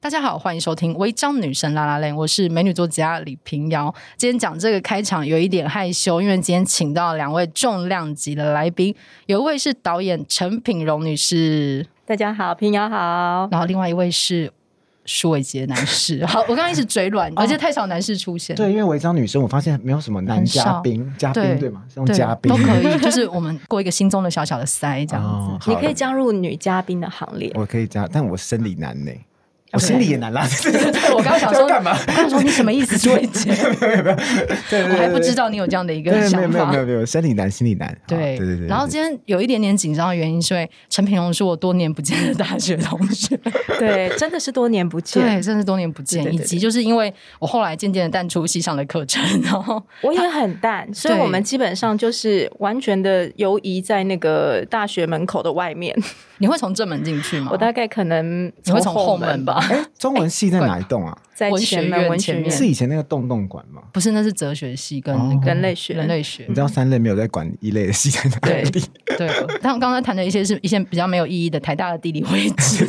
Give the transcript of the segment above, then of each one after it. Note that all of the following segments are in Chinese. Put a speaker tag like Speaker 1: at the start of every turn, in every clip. Speaker 1: 大家好，欢迎收听《违章女神拉拉链》，我是美女作家李平遥。今天讲这个开场有一点害羞，因为今天请到两位重量级的来宾，有一位是导演陈品荣女士，
Speaker 2: 大家好，平遥好。
Speaker 1: 然后另外一位是舒伟杰男 士。好，我刚刚一直嘴软，而且太少男士出现。
Speaker 3: 对，因为违章女生，我发现没有什么男嘉宾，嘉
Speaker 1: 对
Speaker 3: 宾对吗？是用
Speaker 1: 对
Speaker 3: 嘉宾
Speaker 1: 都可以，就是我们过一个心中的小小的塞这样子。
Speaker 3: 哦，
Speaker 2: 你
Speaker 3: 好
Speaker 2: 可以加入女嘉宾的行列，
Speaker 3: 我可以加，但我生理男呢，我生理也难啦。
Speaker 1: 对我刚刚想说
Speaker 3: 要干嘛
Speaker 1: 我刚刚说你什么意思，舒伟 杰？
Speaker 3: 对对
Speaker 1: 我还不知
Speaker 3: 道。
Speaker 1: 道你有这样的一个
Speaker 3: 对，没
Speaker 1: 想
Speaker 3: 有没有
Speaker 1: 法
Speaker 3: 没。有没有，生理男、心理男，好
Speaker 1: 对
Speaker 3: 对对对。
Speaker 1: 然后
Speaker 3: 对
Speaker 1: 今天有一点点紧张的原因，是因为陈品荣是我多年不见的大学同学，
Speaker 2: 对，真的是多年不
Speaker 1: 对，
Speaker 2: 见，
Speaker 1: 真是多年不
Speaker 2: 对
Speaker 1: 见，
Speaker 2: 对
Speaker 1: 以
Speaker 2: 对
Speaker 1: 及就是因为我后来渐渐的淡出系上的课程，然后
Speaker 2: 我也很淡，所以
Speaker 1: 对
Speaker 2: 我们基本上就是完全的游移在那个大学门口的外面。
Speaker 1: 你会从正门进去吗？
Speaker 2: 我大概可能
Speaker 1: 哦你会从后
Speaker 2: 后
Speaker 1: 门吧
Speaker 2: 吧，
Speaker 3: 哎，中文系在哪一栋啊？
Speaker 2: 在
Speaker 1: 文学
Speaker 2: 前门
Speaker 1: 院
Speaker 2: 文
Speaker 1: 前
Speaker 2: 学
Speaker 1: 面
Speaker 2: 院
Speaker 3: 是以前那个洞洞馆吗？
Speaker 1: 不是，那是哲学系跟
Speaker 3: 哦
Speaker 1: 那个
Speaker 2: 人类学
Speaker 1: 人类学
Speaker 3: 你。知道三类没有在管一类的系在哪里？
Speaker 1: 对，但我刚才谈的一些是一些比较没有意义的台大的地理位置，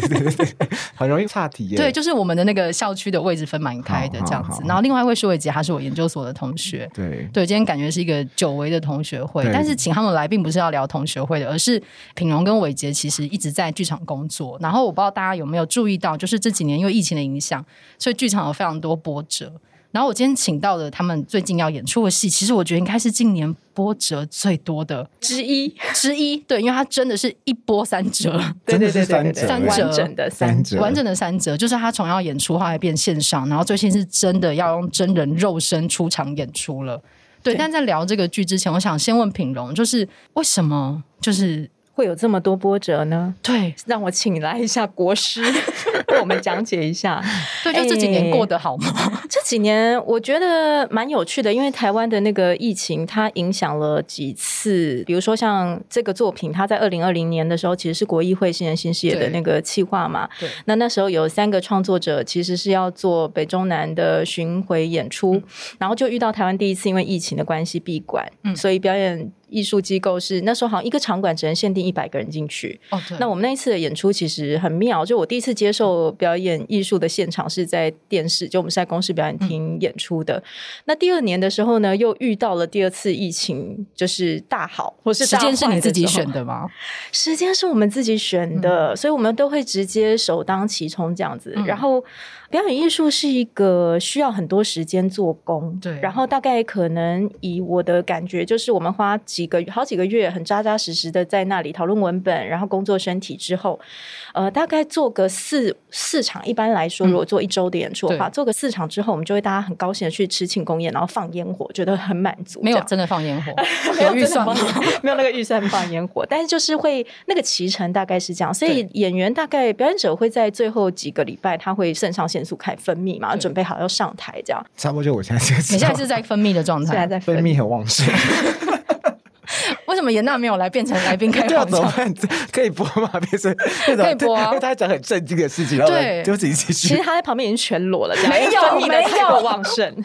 Speaker 3: 很容易岔题 耶。
Speaker 1: 对，就是我们的那个校区的位置分蛮开的
Speaker 3: 好
Speaker 1: 这样子
Speaker 3: 好。好
Speaker 1: 然后另外一位舒伟杰，他是我研究所的同学，
Speaker 3: 对
Speaker 1: 对，今天感觉是一个久违的同学会，
Speaker 3: 对
Speaker 1: 但是请他们来并不是要聊同学会的，而是品荣跟伟杰其实一直在剧场工作。然后我不知道大家有没有注意到，就是这几年因为疫情的影响，所以剧场有非常多波折。然后我今天请到的他们最近要演出的戏，其实我觉得应该是近年波折最多的
Speaker 2: 之一，
Speaker 1: 之一，对，因为它真的是一波三折。
Speaker 2: 对
Speaker 3: 真
Speaker 2: 对
Speaker 3: 的
Speaker 2: 对
Speaker 3: 是
Speaker 2: 对对对，
Speaker 3: 三
Speaker 1: 折
Speaker 2: 完整的三
Speaker 3: 三
Speaker 2: 折。
Speaker 3: 折
Speaker 1: 完整的三折，就是他从要演出，后来变线上，然后最近是真的要用真人肉身出场演出了。对，
Speaker 2: 对
Speaker 1: 但在聊这个剧之前，我想先问品荣，就是为什么就是
Speaker 2: 会有这么多波折呢？
Speaker 1: 对
Speaker 2: 让我请来一下 国师，为我们讲解一下。
Speaker 1: 对，就这几
Speaker 2: 哎
Speaker 1: 年过得好吗？
Speaker 2: 这几年我觉得蛮有趣的，因为台湾的那个疫情，它影响了几次，比如说像这个作品，它在二零二零年的时候其实是国议会新人新视野的
Speaker 1: 对
Speaker 2: 那个企划嘛
Speaker 1: 对。
Speaker 2: 那那时候有三个创作者其实是要做北中南的巡回演出，然后就遇到台湾第一次因为疫情的关系闭馆，
Speaker 1: 嗯
Speaker 2: 所以表演艺术机构是那时候好像一个场馆只能限定一百个人进去。
Speaker 1: 哦，对，
Speaker 2: 那我们那一次的演出其实很妙，就我第一次接受表演艺术的现场是在电视，就我们是在公视表演
Speaker 1: 嗯
Speaker 2: 厅演出的。那第二年的时候呢，又遇到了第二次疫情，就是大好或是
Speaker 1: 时
Speaker 2: 大
Speaker 1: 间是你
Speaker 2: 坏
Speaker 1: 自己
Speaker 2: 时候
Speaker 1: 选，的吗？
Speaker 2: 时间是我们自己选的，所以我们都会直接首当其冲这样子。
Speaker 1: 嗯
Speaker 2: 然后表演艺术是一个需要很多时间做工，
Speaker 1: 对
Speaker 2: 然后大概可能以我的感觉，就是我们花几个好几个月，很扎扎实实的在那里讨论文本，然后工作身体之后，呃，大概做个四四场。一般来说，
Speaker 1: 嗯
Speaker 2: 如果做一周的演出的话，
Speaker 1: 对
Speaker 2: 做个四场之后，我们就会大家很高兴的去吃庆功宴，然后放烟火，觉得很满足。
Speaker 1: 没有
Speaker 2: 这样，
Speaker 1: 真的放烟火有预算吗？
Speaker 2: 真的 没有没有那个预算放烟火，但是就是会那个骑程大概是这样，所以
Speaker 1: 对
Speaker 2: 演员大概表演者会在最后几个礼拜，他会肾上腺素开始分泌嘛，
Speaker 1: 对
Speaker 2: 准备好要上台这样。
Speaker 3: 差不多就我现在这个
Speaker 1: 你
Speaker 3: 情
Speaker 1: 现在
Speaker 3: 况。
Speaker 1: 是在分泌的状
Speaker 2: 现在
Speaker 1: 态，
Speaker 2: 在
Speaker 3: 分
Speaker 2: 分泌，
Speaker 3: 泌很旺盛，
Speaker 1: 为什么严娜没有来变成来宾开
Speaker 3: 这
Speaker 2: 啊
Speaker 3: 样
Speaker 1: 黄
Speaker 3: 怎么
Speaker 1: 腔？
Speaker 3: 办？ 可以播吗？变 成那种
Speaker 1: 可以播啊
Speaker 3: 因为他讲很震惊的事情，然后
Speaker 1: 对
Speaker 3: 就自己继续
Speaker 2: 其。实他在旁边已经全裸了，这样
Speaker 1: 没有
Speaker 2: 因为分泌
Speaker 1: 没有
Speaker 2: 的太过 旺盛。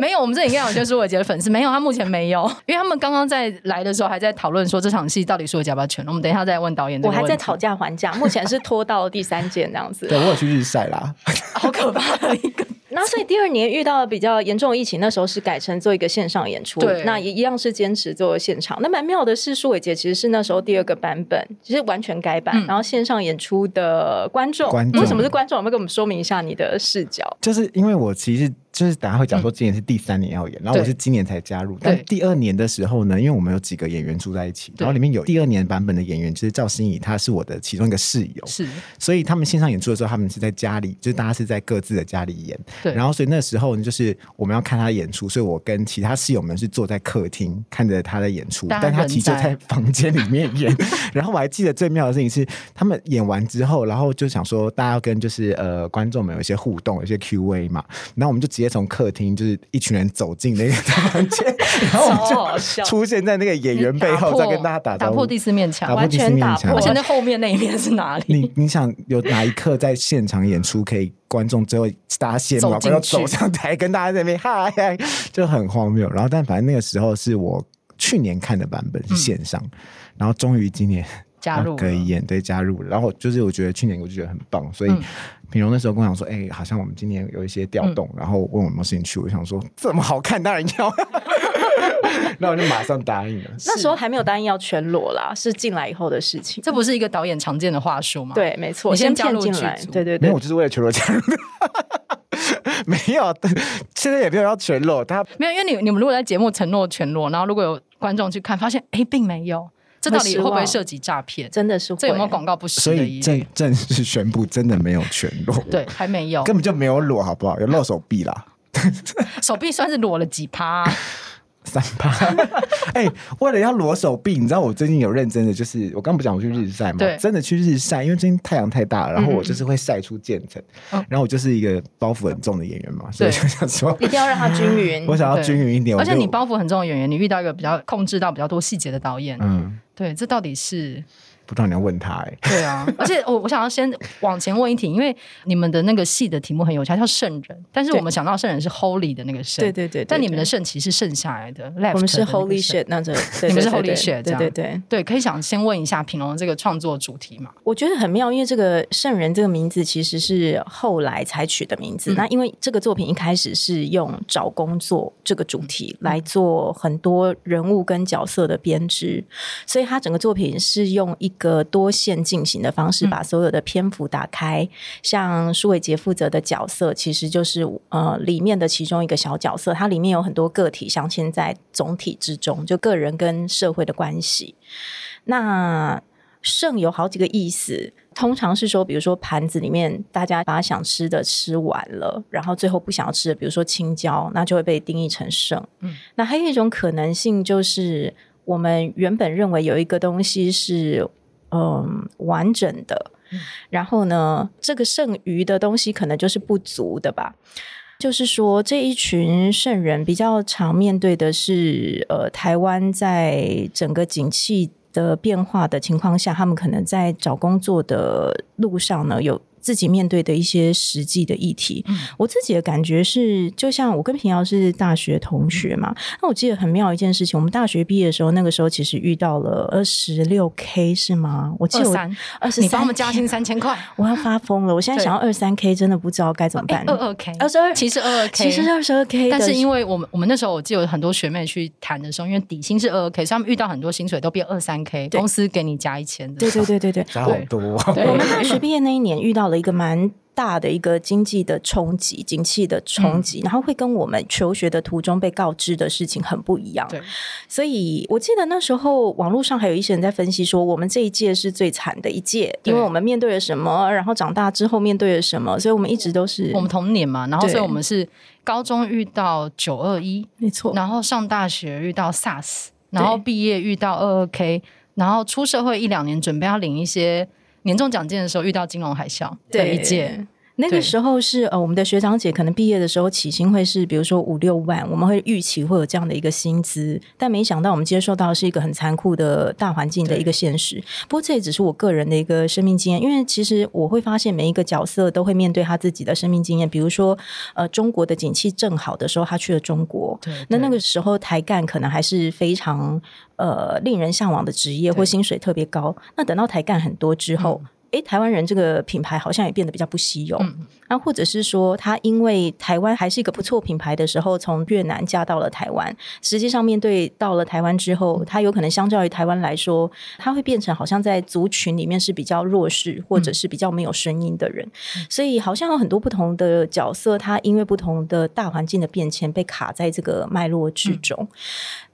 Speaker 1: 没有，我们这里应该有些舒伟杰的粉丝，没有，他目前没有，因为他们刚刚在来的时候还在讨论说这场戏到底舒伟杰要不要全。我们等一下再问导演这
Speaker 2: 我
Speaker 1: 个问
Speaker 2: 还
Speaker 1: 题。
Speaker 2: 在讨价还价，目前是拖到第三件这样子
Speaker 3: 对，。我有去日晒啦。
Speaker 1: 好可怕的一个。
Speaker 2: 然后所以第二年遇到比较严重的疫情，那时候是改成做一个线上演出，
Speaker 1: 对
Speaker 2: 那也一样是坚持做现场。那蛮妙的是，舒伟杰其实是那时候第二个版本，其实完全改版，
Speaker 1: 嗯
Speaker 2: 然后线上演出的观众，
Speaker 3: 观众
Speaker 2: 为什么是观众？我们跟我们说明一下你的视角。
Speaker 3: 就是因为我其实就是大家会讲说今年是第三年要演，然后我是今年才加入，但第二年的时候呢，因为我们有几个演员住在一起，
Speaker 1: 对
Speaker 3: 然后里面有第二年版本的演员，就是赵心怡，她是我的其中一个室友，
Speaker 1: 是
Speaker 3: 所以他们线上演出的时候，他们是在家里，就是大家是在各自的家里演。
Speaker 1: 对
Speaker 3: 然后所以那时候呢，就是我们要看他的演出，所以我跟其他室友们是坐在客厅看着他的演出，
Speaker 1: 但
Speaker 3: 但
Speaker 1: 他
Speaker 3: 他其实就
Speaker 1: 人在
Speaker 3: 在房间里面演。 然后我还记得最妙的事情是，他们演完之后，然后就想说大家要跟就是呃观众们有一些互动，有一些 Q&A 嘛。然后我们就直接从客厅就是一群人走进那个房间， 然后我
Speaker 2: 超好
Speaker 1: 哦
Speaker 3: 们
Speaker 2: 笑
Speaker 3: 就出现在那个演员背后，再跟大家打
Speaker 1: 哎打
Speaker 3: 招
Speaker 1: 破
Speaker 3: 呼。
Speaker 1: 第四面墙
Speaker 3: 打，破第四面
Speaker 2: 完全打
Speaker 3: 墙
Speaker 2: 破
Speaker 1: 而且那后面那一面是哪里？
Speaker 3: 你你想有哪一刻在现场演出可以观众最后大家先
Speaker 1: 走
Speaker 3: 然后
Speaker 1: 进
Speaker 3: 观众
Speaker 1: 去
Speaker 3: 走上台跟大家在那边嗨嗨，就很荒谬。然后但反正那个时候是我去年看的版本是线上，然后终于今年
Speaker 1: 嗯
Speaker 3: 啊
Speaker 1: 加入了
Speaker 3: 可以演对加入了。然后就是我觉得去年我就觉得很棒，所以
Speaker 1: 嗯
Speaker 3: 品荣那时候跟我讲说，哎、好像我们今年有一些调动，然后问我有没有兴趣，我想说这么好看当然要， 那我就马上答应了。
Speaker 2: 那时候还没有答应要全裸啦，是进来以后的事情。
Speaker 1: 这不是一个导演常见的话术吗？，
Speaker 2: 对，没错，
Speaker 1: 你先加
Speaker 2: 骗
Speaker 1: 入
Speaker 2: 进
Speaker 1: 剧
Speaker 2: 来
Speaker 1: 组，
Speaker 2: 对对
Speaker 3: 没
Speaker 2: 对
Speaker 3: 有，我，就是为了全裸加入的。 没有，现在也没有要全裸，他
Speaker 1: 没有，因为你你们如果在节目承诺全裸，然后如果有观众去看，发现哎并没有，这到底会不
Speaker 2: 会失
Speaker 1: 会
Speaker 2: 望
Speaker 1: 涉及诈骗？
Speaker 2: 真的是
Speaker 1: 这有没有
Speaker 2: 会
Speaker 1: 广告不实
Speaker 3: 所
Speaker 1: 的
Speaker 3: 以
Speaker 1: 疑虑？
Speaker 3: 正正式宣布真的没有全裸，
Speaker 1: 对，，还没有，
Speaker 3: 根本就没有裸，好不好？有露手臂啦，
Speaker 1: 手臂算是裸了几趴、啊，
Speaker 3: 三八。 哎、为了要裸手臂，你知道我最近有认真的，就是我刚不讲我去日晒嘛，
Speaker 1: 对
Speaker 3: 真的去日晒，因为最近太阳太大了，然后
Speaker 2: 嗯嗯
Speaker 3: 我就是会晒出渐层，
Speaker 1: 嗯
Speaker 3: 然后我就是一个包袱很重的演员嘛，所以
Speaker 1: 对
Speaker 3: 就想说，
Speaker 2: 一定要让它均匀
Speaker 3: 我。想要均匀一点，
Speaker 1: 而且
Speaker 3: 我就
Speaker 1: 你包袱很重的演员，你遇到一个比较控制到比较多细节的导演，
Speaker 3: 嗯，
Speaker 1: 对，这到底是
Speaker 3: 不知道你要问他哎、
Speaker 1: 对啊。 而且我我想要先往前问一题，因为你们的那个戏的题目很有趣，它叫圣人，但是
Speaker 2: 对
Speaker 1: 我们想到圣人是 holy 的那个圣，
Speaker 2: 对对对，对
Speaker 1: 但你们的
Speaker 2: 对
Speaker 1: 圣其实剩下来的 left，
Speaker 2: 我们是
Speaker 1: 的那个
Speaker 2: Holy
Speaker 1: 圣
Speaker 2: shit 那种，对
Speaker 1: 你们是
Speaker 2: 对
Speaker 1: Holy
Speaker 2: 对
Speaker 1: shit 这
Speaker 2: 对
Speaker 1: 样
Speaker 2: 对对。
Speaker 1: 对，可以想先问一下品龙这个创作主题嘛？
Speaker 2: 我觉得很妙，因为这个圣人这个名字其实是后来才取的名字。
Speaker 1: 嗯
Speaker 2: 那因为这个作品一开始是用找工作这个主
Speaker 1: 嗯
Speaker 2: 题来做很多人物跟角色的编织，所以它整个作品是用一个多线进行的方式，
Speaker 1: 嗯
Speaker 2: 把所有的篇幅打开。像舒伟杰负责的角色，其实就是呃里面的其中一个小角色，它里面有很多个体镶嵌在总体之中，就个人跟社会的关系。那剩有好几个意思，通常是说，比如说盘子里面大家把想吃的吃完了，然后最后不想要吃的，比如说青椒，那就会被定义成剩。
Speaker 1: 嗯，
Speaker 2: 那还有一种可能性就是，我们原本认为有一个东西是嗯完整的，然后呢，这个剩余的东西可能就是不足的吧。就是说，这一群圣人比较常面对的是，呃，台湾在整个景气的变化的情况下，他们可能在找工作的路上呢，有自己面对的一些实际的议题。
Speaker 1: 嗯
Speaker 2: 我自己的感觉是，就像我跟平遥是大学同学嘛，那我记得很妙一件事情，我们大学毕业的时候，那个时候其实遇到了二十六 K 是吗？我记
Speaker 1: 二
Speaker 2: 得我
Speaker 1: 三，
Speaker 2: 二十
Speaker 1: 你帮我们加薪三千块，
Speaker 2: 我要发疯了！我现在
Speaker 1: 对
Speaker 2: 想要二三 K，真的不知道该怎么
Speaker 1: 哎
Speaker 2: 办，。
Speaker 1: 二二 K，
Speaker 2: 22
Speaker 1: 其实二二 K，
Speaker 2: 其实是二十二 K，
Speaker 1: 但是因
Speaker 2: 为
Speaker 1: 为我们我们那时候我记得有很多学妹去谈的时候，因为底薪是二二 k，所以他们遇到很多薪水都变二三 k，
Speaker 2: 对
Speaker 1: 公司给你加一千的。
Speaker 2: 对对对对对，
Speaker 3: 差好多、
Speaker 1: 对
Speaker 2: 我们大学毕业那一年遇到了一个蛮大的一个经济的冲击，景气的
Speaker 1: 嗯
Speaker 2: 冲击，然后会跟我们求学的途中被告知的事情很不一样。
Speaker 1: 对，
Speaker 2: 所以我记得那时候网络上还有一些人在分析说，我们这一届是最惨的一届，
Speaker 1: 对
Speaker 2: 因为我们面对了什么，然后长大之后面对了什么，所以我们一直都是
Speaker 1: 我们同年嘛，然后
Speaker 2: 对
Speaker 1: 所以我们是高中遇到九二一，
Speaker 2: 没错，
Speaker 1: 然后上大学遇到 SARS，然后毕业遇到二二 k，然后出社会一两年准备要领一些年终奖金的时候遇到金融海啸的一届，。
Speaker 2: 那
Speaker 1: 对
Speaker 2: 个时候是呃，我们的学长姐可能毕业的时候起薪会是比如说五六万，我们会预期会有这样的一个薪资，但没想到我们接受到的是一个很残酷的大环境的一个现实。不过这也只是我个人的一个生命经验，因为其实我会发现每一个角色都会面对他自己的生命经验，比如说呃，中国的景气正好的时候，他去了中国，
Speaker 1: 对，
Speaker 2: 那
Speaker 1: 对
Speaker 2: 那个时候台干可能还是非常呃令人向往的职业，或
Speaker 1: 对
Speaker 2: 薪水特别高。那等到台干很多之后。诶，台湾人这个品牌好像也变得比较不稀有，
Speaker 1: 嗯
Speaker 2: 那、或者是说，他因为台湾还是一个不错品牌的时候，从越南嫁到了台湾，实际上面对到了台湾之
Speaker 1: 嗯
Speaker 2: 后，他有可能相较于台湾来说，他会变成好像在族群里面是比较弱势，或
Speaker 1: 嗯
Speaker 2: 者是比较没有声音的人，所以好像有很多不同的角色，他因为不同的大环境的变迁，被卡在这个脉络之
Speaker 1: 嗯
Speaker 2: 中。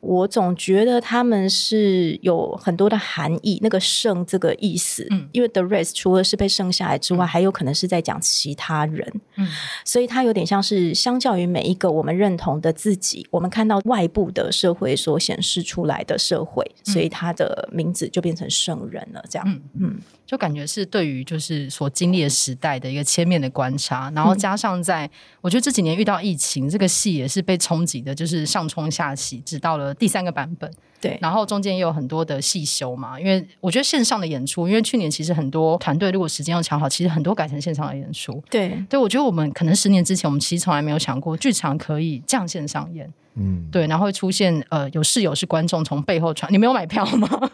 Speaker 2: 我总觉得他们是有很多的含义，那个“剩”这个意思，
Speaker 1: 嗯
Speaker 2: 因为 the rest 除了是被剩下来之外，还有可能是在讲其他人，
Speaker 1: 嗯
Speaker 2: 所以它有点像是相较于每一个我们认同的自己，我们看到外部的社会所显示出来的社会，所以它的名字就变成圣人了，这样。
Speaker 1: 嗯嗯，就感觉是对于就是所经历的时代的一个切面的观察，然后加上在、我觉得这几年遇到疫情，这个戏也是被冲击的，就是上冲下洗，直到了第三个版本，
Speaker 2: 对，
Speaker 1: 然后中间也有很多的细修嘛，因为我觉得线上的演出，因为去年其实很多团队如果时间要调好，其实很多改成线上的演出。
Speaker 2: 对，
Speaker 1: 对，我觉得我们可能十年之前，我们其实从来没有想过剧场可以这样线上演，
Speaker 3: 嗯，
Speaker 1: 对，然后会出现呃有室友是观众从背后传，你没有买票吗？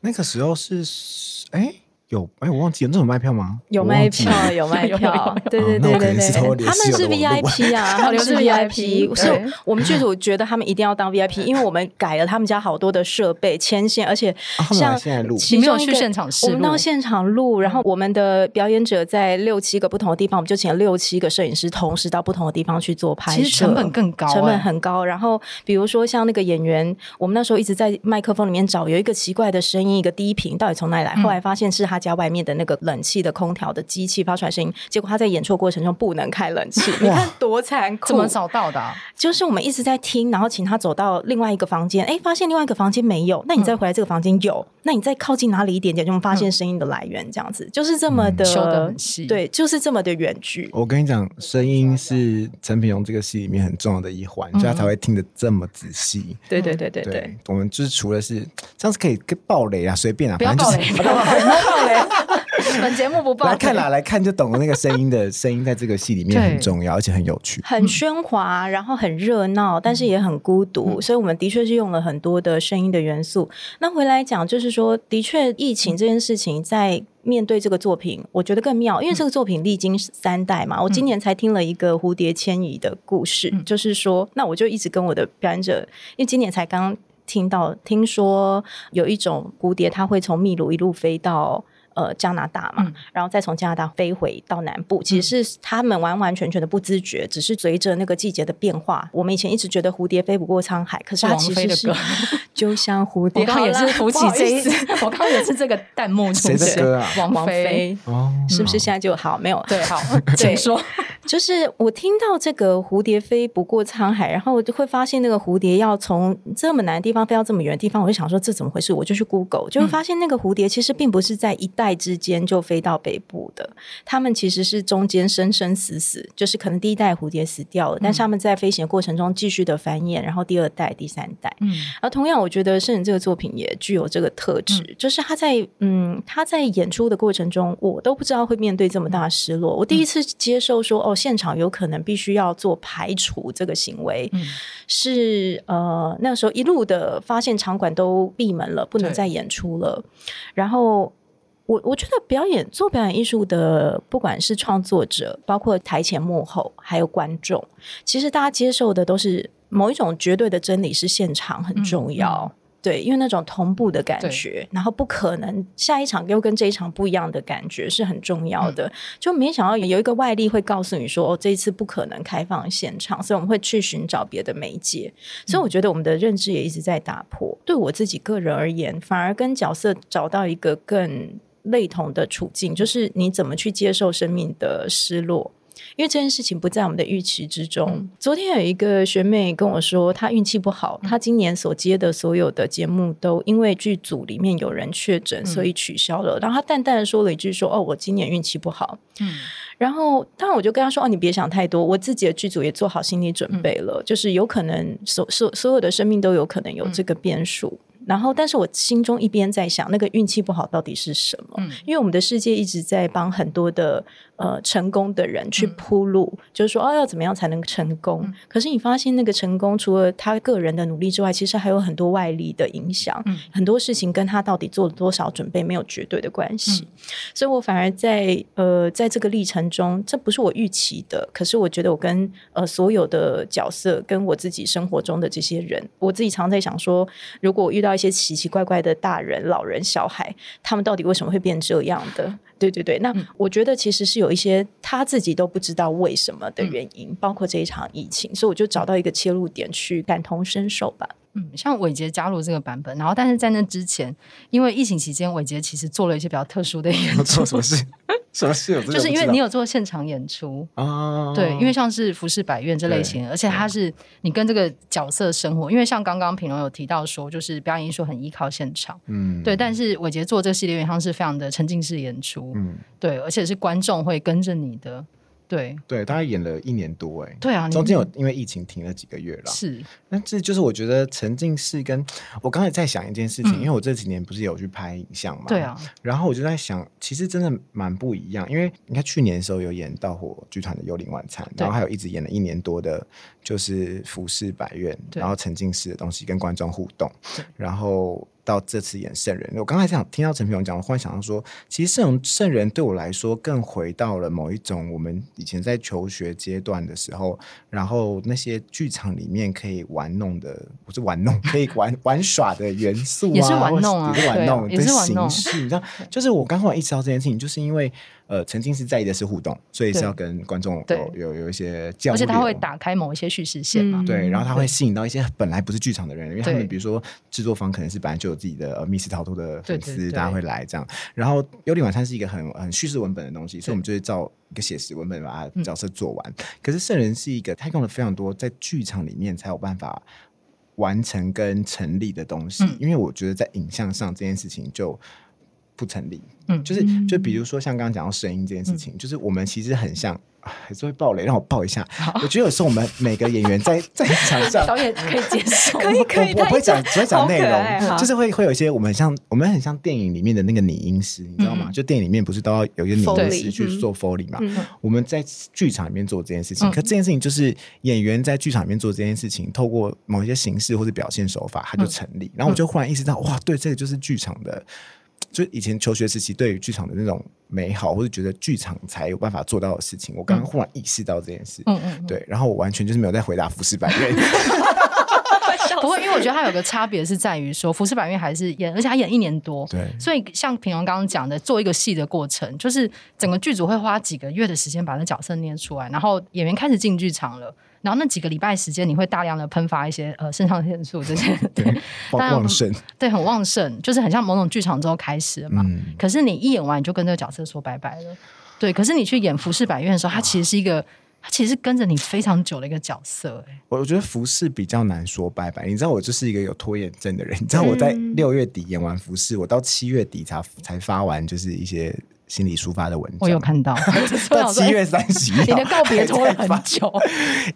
Speaker 3: 那个时候是哎、有哎，我忘记了，那有卖票吗？
Speaker 2: 有
Speaker 3: 我
Speaker 2: 卖
Speaker 3: 忘记了
Speaker 2: 票，有卖
Speaker 1: 有
Speaker 2: 票
Speaker 1: 有，
Speaker 2: 对
Speaker 3: 有哦
Speaker 2: 对
Speaker 3: 那
Speaker 2: 对
Speaker 3: 我可
Speaker 2: 对
Speaker 3: 能
Speaker 2: 对，
Speaker 3: 是偷连
Speaker 2: 他们
Speaker 3: 线
Speaker 2: 是
Speaker 3: 了我忘了
Speaker 2: VIP 啊，他们是
Speaker 1: VIP
Speaker 2: VIP，所以
Speaker 1: 对
Speaker 2: 我们剧组觉得他们一定要当 VIP，因为我们改了他们家好多的设备、牵线，而且
Speaker 3: 啊他们
Speaker 2: 像
Speaker 3: 来现在录
Speaker 2: 其
Speaker 1: 你没有
Speaker 2: 中一
Speaker 1: 去
Speaker 2: 个
Speaker 1: 现场试
Speaker 2: 我们
Speaker 1: 录
Speaker 2: 到现场录，然后我们的表演者在六七个不同的地方，我们就请了六七个摄影师同时到不同的地方去做拍摄，
Speaker 1: 其实成本更高、欸，
Speaker 2: 成本很高。哎然后比如说像那个演员，我们那时候一直在麦克风里面找有一个奇怪的声音，一个低频到底从哪里来？后来发现是他家外面的那个冷气的空调的机器发出来声音，结果他在演出的过程中不能开冷 气，你看多残酷！
Speaker 1: 怎么找到的啊、
Speaker 2: 就是我们一直在听，然后请他走到另外一个房间，哎，发现另外一个房间没有，那你再回来这个房间有，那你再靠近哪里一点点，就能发现声音的来源，这样子就是这么的、
Speaker 1: 修得很细
Speaker 2: 对，嗯就是这么的远距。
Speaker 3: 我跟你讲，声音是陈品荣这个戏里面很重要的一
Speaker 1: 嗯
Speaker 3: 环，所以他才会听得这么仔细。
Speaker 2: 对对对对对。
Speaker 3: 对，我们就是除了是这样是可以跟爆雷啊，随便啊，
Speaker 1: 不要
Speaker 3: 反正
Speaker 1: 爆
Speaker 3: 就是
Speaker 1: 雷，不要爆雷，本节目不爆雷。
Speaker 3: 来看啦，来看就懂了。那个声音的 声音在这个戏里面很重要，而且很有趣。
Speaker 2: 很喧哗，然后很热闹，但是也很孤独，所以我们的确是用了很多的声音的元素。那回来讲，就是说，的确，疫情这件事情在面对这个作品，我觉得更妙，因为这个作品历经三代嘛。我今年才听了一个蝴蝶迁移的故事，就是说，那我就一直跟我的表演者，因为今年才刚听到，听说有一种蝴蝶，它会从秘鲁一路飞到。呃，加拿大嘛，
Speaker 1: 嗯
Speaker 2: 然后再从加拿大飞回到南部，其实是他们完完全全的不自觉，只是随着那个季节的变化。我们以前一直觉得蝴蝶飞不过沧海，可是它
Speaker 1: 王
Speaker 2: 其
Speaker 1: 菲
Speaker 2: 实
Speaker 1: 的
Speaker 2: 是
Speaker 1: 歌
Speaker 2: 就像蝴蝶，
Speaker 1: 我刚刚也 是扶起这一
Speaker 2: 好啦，
Speaker 1: 我刚刚也是这个弹幕出
Speaker 3: 谁的
Speaker 1: 现
Speaker 3: 歌啊
Speaker 1: 王
Speaker 2: 王
Speaker 1: 菲。嗯
Speaker 2: 菲。
Speaker 3: 哦，
Speaker 2: 是不是现在就好？没有，
Speaker 1: 对，好， 请说。
Speaker 2: 就是我听到这个蝴蝶飞不过沧海，然后我就会发现那个蝴蝶要从这么难的地方飞到这么远的地方，我就想说这怎么回事？我就去 Google，就会发现那个蝴蝶其实并不是在一代之间就飞到北部的，它们其实是中间生生死死，就是可能第一代蝴蝶死掉了，但是它们在飞行的过程中继续的繁衍，然后第二代、第三代，
Speaker 1: 嗯，
Speaker 2: 而同样，我觉得《圣人》这个作品也具有这个特质，就是他在嗯他在演出的过程中，我都不知道会面对这么大的失落。我第一次接受说，哦，现场有可能必须要做排除这个行为，
Speaker 1: 嗯
Speaker 2: 是呃那个时候一路的发现场馆都闭门了，不能
Speaker 1: 对
Speaker 2: 再演出了，然后。我我觉得表演做表演艺术的，不管是创作者，包括台前幕后，还有观众，其实大家接受的都是某一种绝对的真理，是现场很重要。对，因为那种同步的感觉，然后不可能下一场又跟这一场不一样的感觉是很重要的。就没想到有一个外力会告诉你说，哦，这一次不可能开放现场，所以我们会去寻找别的媒介。所以我觉得我们的认知也一直在打破。对我自己个人而言，反而跟角色找到一个更类同的处境，就是你怎么去接受生命的失落。因为这件事情不在我们的预期之中。昨天有一个学妹跟我说，她运气不好，她今年所接的所有的节目都因为剧组里面有人确诊，所以取消了。然后她淡淡的说了一句说：“哦，我今年运气不好。”
Speaker 1: 嗯
Speaker 2: 然后，当然我就跟他说：“哦，你别想太多，我自己的剧组也做好心理准
Speaker 1: 嗯
Speaker 2: 备了，就是有可能所所所有的生命都有可能有
Speaker 1: 嗯
Speaker 2: 这个变数。然后，但是我心中一边在想，那个运气不好到底是什么？
Speaker 1: 嗯
Speaker 2: 因为我们的世界一直在帮很多的呃成功的人去
Speaker 1: 嗯
Speaker 2: 铺路，就是说哦，要怎么样才能成功？可是你发现那个成功，除了他个人的努力之外，其实还有很多外力的影响，
Speaker 1: 嗯
Speaker 2: 很多事情跟他到底做了多少准备没有绝对的关
Speaker 1: 嗯
Speaker 2: 系。所以我反而在呃，在这个历程中，这不是我预期的，可是我觉得我跟呃所有的角色，跟我自己生活中的这些人，我自己常在想说，如果我遇到一些奇奇怪怪的大人、老人、小孩，他们到底为什么会变这样的？对对对，那我觉得其实是有一些他自己都不知道为什么的原因，包括这一场疫情，所以我就找到一个切入点去感同身受吧。
Speaker 1: 嗯，像伟杰加入这个版本，然后但是在那之前，因为疫情期间，伟杰其实做了一些比较特殊的演
Speaker 3: 要
Speaker 1: 出
Speaker 3: 做，什么事？什么事？我真的
Speaker 1: 就是因为
Speaker 3: 不知道
Speaker 1: 你有做现场演出。
Speaker 3: 啊，
Speaker 1: 对，因为像是服饰百院这类型的，而且它是你跟这个角色生活，因为像刚刚品荣有提到说，就是表演艺术很依靠现场，
Speaker 3: 嗯
Speaker 1: 对。但是伟杰做这个系列，有点像是非常的沉浸式演出，
Speaker 3: 嗯
Speaker 1: 对，而且是观众会跟着你的，对，
Speaker 3: 对，大概演了一年多哎，
Speaker 1: 对啊，你
Speaker 3: 中间有因为疫情停了几个月啦。
Speaker 1: 是，
Speaker 3: 那这就是我觉得沉浸式跟我刚才在想一件事情，
Speaker 1: 嗯
Speaker 3: 因为我这几年不是有去拍影像嘛，
Speaker 1: 对啊，
Speaker 3: 然后我就在想，其实真的蛮不一样，因为你看去年的时候有演到火剧团的《幽灵晚餐》，
Speaker 1: 对
Speaker 3: 然后还有一直演了一年多的，就是服饰百院，
Speaker 1: 对
Speaker 3: 然后沉浸式的东西跟观众互动
Speaker 1: 对，
Speaker 3: 然后到这次演圣人。我刚才想听到陈平勇讲，我忽然想到说，其实圣圣人对我来说更回到了某一种我们以前在求学阶段的时候，然后那些剧场里面可以玩弄的，不是玩弄，可以玩 玩耍的元素、啊，
Speaker 1: 也是玩弄啊
Speaker 3: 或者也是玩弄，
Speaker 1: 对也是
Speaker 3: 的
Speaker 1: 玩弄
Speaker 3: 形式。你知道， 就是我刚忽然意识到这件事情，就是因为呃，曾经是在意的是互动，所以是
Speaker 1: 对
Speaker 3: 要跟观众
Speaker 1: 对
Speaker 3: 有有有一些交流，
Speaker 1: 而且它会打开某一些叙事线嘛
Speaker 2: 嗯。
Speaker 3: 对，然后他会
Speaker 1: 对
Speaker 3: 吸引到一些本来不是剧场的人，因为他们
Speaker 1: 对
Speaker 3: 比如说制作方可能是本来就有自己的呃密室逃脱的
Speaker 1: 对
Speaker 3: 粉
Speaker 1: 对
Speaker 3: 丝，
Speaker 1: 对
Speaker 3: 大家会来这样。然后《幽灵晚餐》是一个很很叙事文本的东西，
Speaker 1: 对
Speaker 3: 所以我们就是照一个写实文本把它
Speaker 1: 嗯
Speaker 3: 角色做完。可是《圣人》是一个他用了非常多在剧场里面才有办法。完成跟成立的东西，
Speaker 1: 嗯
Speaker 3: 因为我觉得在影像上这件事情就不成立。
Speaker 1: 嗯
Speaker 3: 就是就比如说像刚刚讲到声音这件事情，就是我们其实很像，啊还是会爆雷，让我爆一下。我觉得有时候我们每个演员在 在场上，
Speaker 1: 导演可以接受，
Speaker 2: 可以可以，
Speaker 3: 我我不会讲，只会讲内
Speaker 2: 好可爱好
Speaker 3: 容，就是会会有一些我们很像我们很像电影里面的那个拟音师，你知道吗？
Speaker 1: 嗯
Speaker 3: 就电影里面不是都要有一个拟音
Speaker 2: Foley，
Speaker 3: 师去
Speaker 2: 嗯
Speaker 3: 做 Foley 嘛？
Speaker 2: 嗯
Speaker 3: 我们在剧场里面做这件事情，
Speaker 1: 嗯
Speaker 3: 可这件事情就是演员在剧场里面做这件事情，透过某一些形式或者表现手法，它就成
Speaker 2: 嗯
Speaker 3: 立。然后我就忽然意识到，哇，对，这个就是剧场的。就以前求学时期对于剧场的那种美好，或者觉得剧场才有办法做到的事情，我
Speaker 2: 嗯
Speaker 3: 刚刚忽然意识到这件事。
Speaker 1: 嗯嗯，
Speaker 3: 对，然后我完全就是没有在回答浮世百 月，
Speaker 1: 不会，因为我觉得它有个差别是在于说，《浮世百面》还是演，而且他演一年多，
Speaker 3: 对
Speaker 1: 所以像平荣刚刚讲的，做一个戏的过程，就是整个剧组会花几个月的时间把那角色捏出来，然后演员开始进剧场了。然后那几个礼拜时间，你会大量的喷发一些呃肾上腺素这些，对
Speaker 3: 包
Speaker 1: 当然
Speaker 3: 旺盛。
Speaker 1: 对，很旺盛，就是很像某种剧场之后开始了嘛。
Speaker 3: 嗯，
Speaker 1: 可是你一演完你就跟这个角色说拜拜了，对。可是你去演《浮世百院》的时候，他其实是一个，他其实是跟着你非常久的一个角色、哎，
Speaker 3: 我我觉得服饰比较难说拜拜。你知道我就是一个有拖延症的人，你知道我在
Speaker 1: 嗯
Speaker 3: 六月底演完服饰，我到七月底才才发完就是一些心理抒发的文章。
Speaker 1: 我有看到，我
Speaker 3: 到
Speaker 1: 想说
Speaker 3: 七月三十一号，
Speaker 1: 你的告别拖了很久，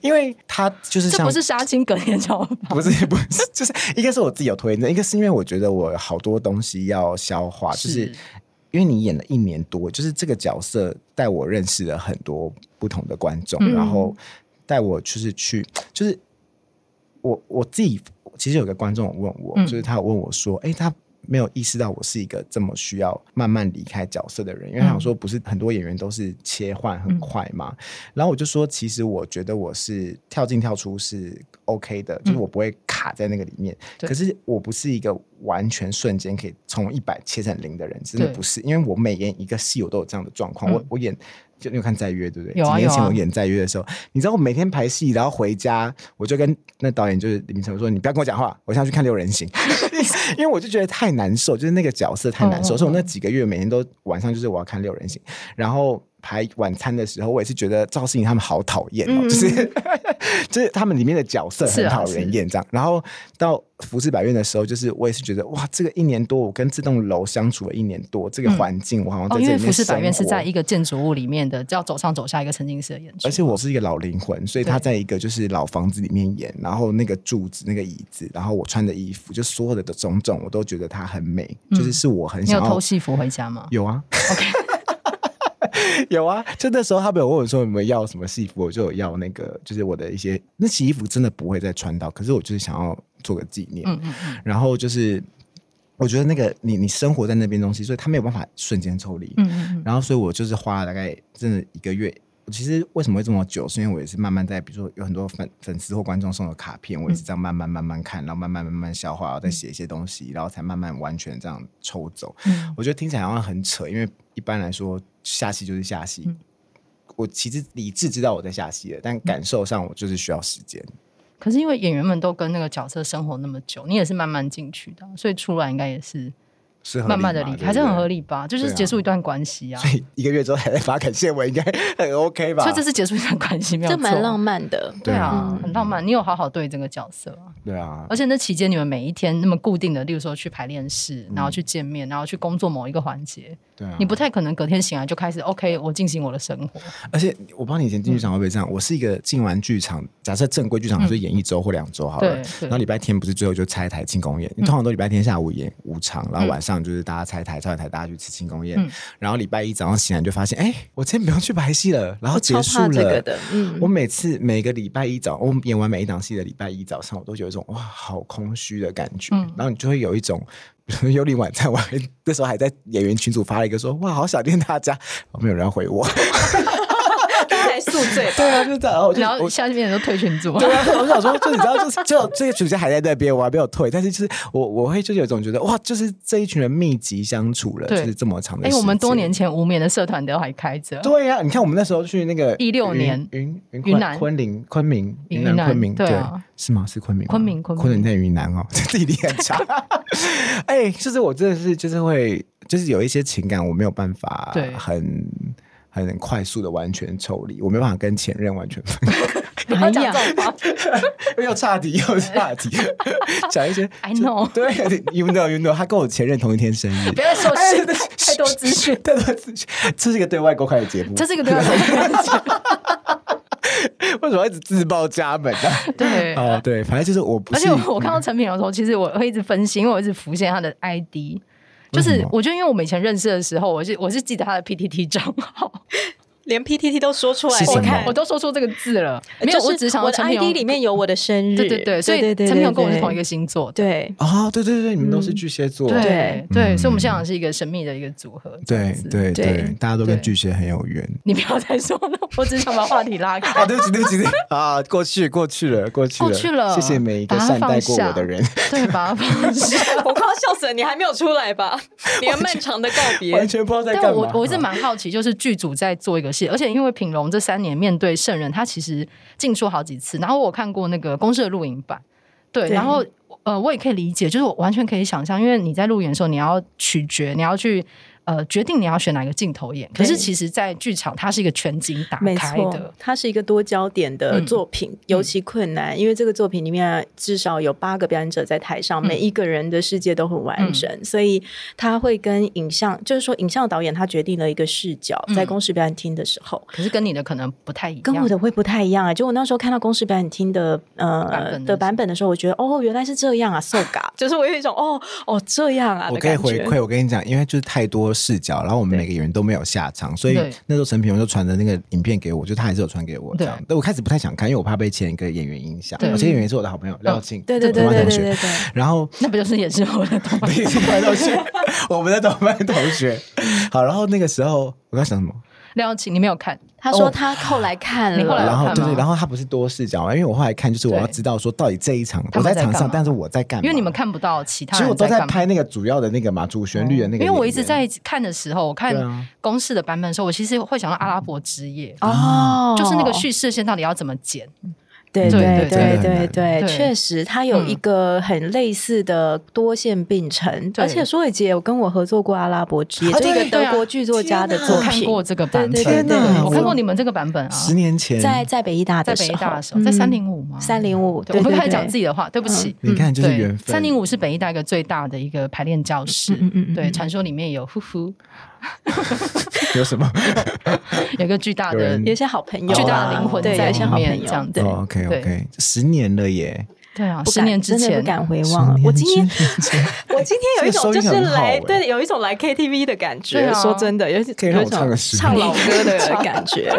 Speaker 3: 因为他就是
Speaker 1: 这
Speaker 3: 像
Speaker 1: 不是杀青隔天就要发
Speaker 3: 不是不是，就是一个是我自己有拖延症，一个是因为我觉得我好多东西要 消化，啊就是
Speaker 1: 是
Speaker 3: 因为你演了一年多，就是这个角色带我认识了很多不同的观众，
Speaker 1: 嗯
Speaker 3: 然后带我就是去，就是我我自己其实有个观众问我，
Speaker 1: 嗯
Speaker 3: 就是他有问我说，哎、他。没有意识到我是一个这么需要慢慢离开角色的人，因为他想说
Speaker 1: 嗯
Speaker 3: 不是很多演员都是切换很快嘛，然后我就说，其实我觉得我是跳进跳出是 OK 的，就是我不会卡在那个里面。
Speaker 1: 嗯对
Speaker 3: 可是我不是一个完全瞬间可以从一百切成零的人，真的
Speaker 1: 对
Speaker 3: 不是，因为我每演一个戏我都有这样的状况。我
Speaker 1: 嗯
Speaker 3: 我演就你有看在约对不对？
Speaker 1: 有啊
Speaker 3: 几年前
Speaker 1: 有啊
Speaker 3: 我演在约的时候，你知道我每天排戏，然后回家我就跟那导演就是李明成说：“你不要跟我讲话，我现在去看六人行。”因为我就觉得太难受，就是那个角色太难受，
Speaker 1: 嗯嗯
Speaker 3: 所以我那几个月每天都晚上就是我要看六人行。然后排晚餐的时候，我也是觉得赵世颖他们好讨厌哦，
Speaker 2: 嗯
Speaker 3: 就是 就是他们里面的角色
Speaker 1: 是
Speaker 3: 很
Speaker 1: 啊
Speaker 3: 讨人厌这样。然后到服饰百院的时候，就是我也是觉得哇，这个一年多我跟这栋楼相处了一年多，这个
Speaker 1: 嗯
Speaker 3: 环境我好像在
Speaker 1: 哦，
Speaker 3: 这
Speaker 1: 因
Speaker 3: 里
Speaker 1: 为《
Speaker 3: 面
Speaker 1: 浮世百院》
Speaker 3: 生
Speaker 1: 是
Speaker 3: 活
Speaker 1: 在一个建筑物里面的，要走上走下一个沉浸式的演出，
Speaker 3: 而且我是一个老灵魂，所以他在一个就是老房子里面演，然后那个柱子、那个椅子，然后我穿的衣服，就所有的种种，我都觉得它很美，就是是我很
Speaker 1: 嗯你有
Speaker 3: 想要
Speaker 1: 偷戏服回家吗？
Speaker 3: 有啊。 有啊，就那时候他们有问我说有没有要什么戏服，我就有要那个，就是我的一些那洗衣服真的不会再穿到，可是我就是想要做个纪念。
Speaker 1: 嗯嗯嗯，
Speaker 3: 然后就是我觉得那个你你生活在那边的东西，所以他没有办法瞬间抽离。
Speaker 1: 嗯嗯嗯，
Speaker 3: 然后所以我就是花了大概真的一个月。其实为什么会这么久，是因为我也是慢慢在，比如说有很多粉粉丝或观众送的卡片，
Speaker 1: 嗯
Speaker 3: 我也是这样慢慢慢慢看，然后慢慢慢慢消化，然后再写一些东西，然后才慢慢完全这样抽走。
Speaker 1: 嗯
Speaker 3: 我觉得听起来好像很扯，因为一般来说下戏就是下戏。
Speaker 1: 嗯
Speaker 3: 我其实理智知道我在下戏了，但感受上我就是需要时间。
Speaker 1: 可是因为演员们都跟那个角色生活那么久，你也是慢慢进去的，所以出来应该也是
Speaker 3: 是合理
Speaker 1: 慢慢的
Speaker 3: 嘛
Speaker 1: 离
Speaker 3: 对不
Speaker 1: 开，还是很
Speaker 3: 对
Speaker 1: 合理吧？就
Speaker 3: 对
Speaker 1: 是
Speaker 3: 啊
Speaker 1: 结束一段关系啊，
Speaker 3: 所以一个月之后还在发感谢我，应该很 OK 吧？
Speaker 1: 所以这是结束一段关系，没有
Speaker 2: 这蛮
Speaker 1: 错
Speaker 2: 浪漫的。
Speaker 1: 对啊
Speaker 3: 嗯，
Speaker 1: 很浪漫。你有好好对这个角色啊，
Speaker 3: 对啊
Speaker 1: 而，且那期间你们每一天那么固定的，例如说去排练室，
Speaker 3: 嗯
Speaker 1: 然后去见面，然后去工作某一个环节，
Speaker 3: 对啊。
Speaker 1: 你不太可能隔天醒来就开始 OK，我进行我的生活。
Speaker 3: 而且我不知道你以前
Speaker 2: 嗯
Speaker 3: 进剧场会不会这样？我是一个进完剧场，假设正规剧场就演一周或两周好了
Speaker 1: 对，对
Speaker 2: 嗯
Speaker 3: 然后礼拜天不是最后就拆台庆功宴，因为通常都礼拜天下午演五场，然后晚上上就是大家拆台，拆完台大家去吃庆功宴，
Speaker 1: 嗯
Speaker 3: 然后礼拜一早上醒来就发现，哎、我今天不用去排戏了，然后
Speaker 2: 我
Speaker 3: 结
Speaker 2: 超
Speaker 3: 束
Speaker 2: 怕
Speaker 3: 了。
Speaker 2: 这个的，嗯
Speaker 3: 我，每次每个礼拜一早，我演完每一档戏的礼拜一早上，我都有一种哇，好空虚的感觉。
Speaker 1: 嗯
Speaker 3: 然后你就会有一种 幽灵晚餐，我还 那时候还在演员群组发了一个说哇，好想念大家，哦没有人要回我。
Speaker 2: 大家来宿醉吧。
Speaker 3: 对啊，就这样，然后我就
Speaker 1: 然后
Speaker 3: 我
Speaker 1: 下面人都退群组，
Speaker 3: 对啊，我想说，就你知道，就是就这个主角还在那边，我还没有退，但是就是我我会就是有一种觉得哇，就是这一群人密集相处了，就
Speaker 1: 对
Speaker 3: 是这么长的
Speaker 1: 哎、
Speaker 3: 时间。
Speaker 1: 我们多年前无眠的社团都还开着，
Speaker 3: 对呀、你看我们那时候去那个
Speaker 1: 16
Speaker 3: 云
Speaker 1: 年
Speaker 3: 云云
Speaker 1: 云南
Speaker 3: 昆明昆明
Speaker 1: 云
Speaker 3: 云南
Speaker 1: 南
Speaker 3: 昆明
Speaker 1: 对
Speaker 3: 对
Speaker 1: 啊
Speaker 3: 是吗？是昆明吗
Speaker 1: 昆明昆明
Speaker 3: 昆明在云南哦， 这地理很差。哎、就是我真的是就是会就是有一些情感我没有办法
Speaker 1: 对
Speaker 3: 很很快速的完全抽离，我没办法跟前任完全分开，
Speaker 2: 你
Speaker 1: 哎
Speaker 2: 要讲这种话，
Speaker 3: 又岔题又 岔题，讲一些
Speaker 1: I know
Speaker 3: 对，you know you know，他跟我前任同一天生日，
Speaker 1: 不要再说
Speaker 3: 哎
Speaker 1: 是太多资讯，
Speaker 3: 太多资讯，这是一个对外公开的节目，
Speaker 1: 这是一个对外公开
Speaker 3: 为什么要一直自报家门呢、
Speaker 1: 对。
Speaker 3: 哦，对，反正就是我不
Speaker 1: 而
Speaker 3: 是，
Speaker 1: 且我我看到陈品荣的时候，其实我会一直分析，因为我一直浮现他的 ID，就
Speaker 3: 为什
Speaker 1: 是
Speaker 3: 么
Speaker 1: 我觉得因为我们以前认识的时候，我是我是记得他的 PTT 账号，
Speaker 2: 连 PTT 都说出来
Speaker 3: 是
Speaker 2: 了，
Speaker 3: 什
Speaker 2: 我
Speaker 3: 么
Speaker 2: 看
Speaker 1: 我都说出这个字了，没有，
Speaker 2: 就是
Speaker 1: 我只是想到
Speaker 2: 我的
Speaker 1: 陈品荣
Speaker 2: ID 里面有我的生日，
Speaker 1: 对对对，所以
Speaker 2: 对对
Speaker 1: 陈品荣跟我是同一
Speaker 2: 个，
Speaker 1: 个星座的，
Speaker 2: 对
Speaker 3: 哦，对对对，你们都是巨蟹座，
Speaker 1: 对
Speaker 2: 对
Speaker 1: 对，
Speaker 3: 嗯
Speaker 1: 所以我们现场是一个神秘的一个组合，这样
Speaker 3: 对
Speaker 1: 子
Speaker 3: 对
Speaker 2: 对
Speaker 3: 对，大家都跟
Speaker 1: 对
Speaker 3: 巨蟹很有缘。
Speaker 1: 你不要再说了，我只是想把话题拉 开。
Speaker 3: 啊，对不起，对不起，对不起啊，过去，过去了，过去了，
Speaker 1: 过去了
Speaker 3: 谢谢每一个
Speaker 1: 把它
Speaker 3: 善待
Speaker 1: 放
Speaker 3: 过
Speaker 1: 下
Speaker 3: 我的人，
Speaker 1: 对， 把它放下。
Speaker 2: 我快要笑死了，你还没有出 来吧？你的漫长的告别
Speaker 3: 完，全不知道在
Speaker 1: 但
Speaker 3: 干
Speaker 1: 我
Speaker 3: 嘛。
Speaker 1: 我一直蛮好奇，就是剧组在做一个戏，而且因为品龙这三年面对圣人，他其实进出好几次。然后我有看过那个公社的录影版，对，
Speaker 2: 对
Speaker 1: 然后呃，我也可以理解，就是我完全可以想象，因为你在路演的时候，你要取决，你要去呃决定你要选哪个镜头演。可是
Speaker 2: 对
Speaker 1: 其实，在剧场它是一个全景打
Speaker 2: 没
Speaker 1: 开
Speaker 2: 错
Speaker 1: 的，，
Speaker 2: 它是一个多焦点的
Speaker 1: 嗯
Speaker 2: 作品，尤其困难，因为这个作品里面啊至少有八个表演者在台上，
Speaker 1: 嗯
Speaker 2: 每一个人的世界都很完整，所以他会跟影像，就是说影像导演他决定了一个视角，在
Speaker 1: 嗯
Speaker 2: 公视表演厅的时候。
Speaker 1: 可是跟你的可能不太一样。
Speaker 2: 跟我的会不太一样啊、就我那时候看到公式表演厅的
Speaker 1: 版
Speaker 2: 呃
Speaker 1: 本的
Speaker 2: 的版本的时候，我觉得哦，原来是这样啊，so ga，就 是我有一种哦哦这样啊
Speaker 3: 我
Speaker 2: 的
Speaker 3: 可以
Speaker 2: 感
Speaker 3: 回
Speaker 2: 觉。
Speaker 3: 馈，我跟你讲，因为就是太多视角，然后我们
Speaker 2: 对
Speaker 3: 每个演员都没有下场，所以
Speaker 1: 对
Speaker 3: 那时候陈品荣就传的那个影片给我，就他还是有传给我这
Speaker 1: 对
Speaker 3: 样。但我开始不太想看，因为我怕被前一个演员影响。
Speaker 1: 对哦
Speaker 3: 而且演员是我的好朋友廖庆，
Speaker 2: 对对对
Speaker 3: 我的
Speaker 2: 对
Speaker 3: 同
Speaker 2: 对对
Speaker 3: 学。
Speaker 2: 对，
Speaker 3: 然后
Speaker 1: 那不就是也是我的同
Speaker 3: 你是同班同学，我们的同班同学。好，然后那个时候我在想什么？
Speaker 1: 廖庆，你没有看？
Speaker 2: 他说他后来看
Speaker 1: 你后来有
Speaker 2: 了，
Speaker 3: 然后
Speaker 1: 看哦
Speaker 3: 对
Speaker 1: 吗
Speaker 3: 对，然后他不是多视角嘛，啊因为我后来看就是我要
Speaker 1: 对
Speaker 3: 知道说到底这一场
Speaker 1: 他们
Speaker 3: 我在
Speaker 1: 在
Speaker 3: 场
Speaker 1: 干
Speaker 3: 上，
Speaker 1: 嘛
Speaker 3: 但是我在干嘛？
Speaker 1: 因为你们看不到其他
Speaker 3: 其实
Speaker 1: 人
Speaker 3: 我都在
Speaker 1: 干嘛。
Speaker 3: 拍那个主要的那个嘛主旋律的那个演
Speaker 1: 哦
Speaker 3: 员，
Speaker 1: 因为我一直在看的时候，我看
Speaker 3: 对啊
Speaker 1: 公式的版本的时候，我其实会想到阿拉伯之夜，
Speaker 2: 哦，
Speaker 1: 就是那个叙事线到底要怎么剪。
Speaker 2: 对
Speaker 1: 对对
Speaker 2: 对
Speaker 3: 真的很
Speaker 2: 对对
Speaker 1: 难
Speaker 2: 确实，它有一个很类似的多线并存。
Speaker 1: 嗯对哦
Speaker 2: 而且舒伟杰有跟我合作过《阿拉伯之夜》，
Speaker 3: 啊
Speaker 2: 这
Speaker 3: 对
Speaker 2: 个德国剧作家的作
Speaker 1: 我看
Speaker 2: 品。
Speaker 1: 过这个版
Speaker 2: 对
Speaker 1: 本，
Speaker 2: 对
Speaker 3: 对对对
Speaker 1: 我看过
Speaker 2: 我
Speaker 1: 你们这个版本啊，
Speaker 3: 十年前
Speaker 2: 在在北医大
Speaker 1: 在
Speaker 2: 的
Speaker 1: 北
Speaker 2: 时
Speaker 1: 艺
Speaker 2: 候，
Speaker 1: 大的时候，在三
Speaker 2: 嗯
Speaker 1: 零五吗？
Speaker 2: 三零五，
Speaker 1: 对，
Speaker 2: 对
Speaker 1: 我们
Speaker 2: 对
Speaker 1: 开始讲
Speaker 2: 对
Speaker 1: 自己的嗯话，对不起。
Speaker 3: 你看嗯就是缘分。
Speaker 1: 三零五是北艺大一个最大的一个排练教室，
Speaker 2: 嗯嗯嗯
Speaker 1: 对，
Speaker 2: 嗯
Speaker 1: 传说里面有呼呼，
Speaker 3: 有什么？
Speaker 1: 有一个巨大
Speaker 3: 有
Speaker 1: 的
Speaker 3: 人
Speaker 2: 有一些好朋友啊，
Speaker 1: 巨大的灵魂
Speaker 2: 对，有
Speaker 1: 在
Speaker 2: 一些
Speaker 1: 里
Speaker 2: 好朋
Speaker 1: 面，
Speaker 2: 友
Speaker 1: 这样子
Speaker 2: 对。
Speaker 3: 嗯哦、OK
Speaker 1: 对
Speaker 3: OK，十年了耶！
Speaker 1: 对啊，
Speaker 2: 不
Speaker 1: 十
Speaker 2: 敢
Speaker 1: 年之
Speaker 2: 真的
Speaker 1: 前
Speaker 2: 不敢回望了。我今天 我 今天有一种就是
Speaker 3: 这个收音很好
Speaker 2: 来
Speaker 3: 欸
Speaker 2: 对，有一种来 KTV 的感
Speaker 1: 对
Speaker 2: 觉。
Speaker 1: 啊
Speaker 2: 说真的，有一种
Speaker 3: 可以让
Speaker 2: 有
Speaker 3: 我
Speaker 2: 一种
Speaker 3: 唱个十
Speaker 2: 唱
Speaker 3: 遍
Speaker 2: 老歌 的感觉。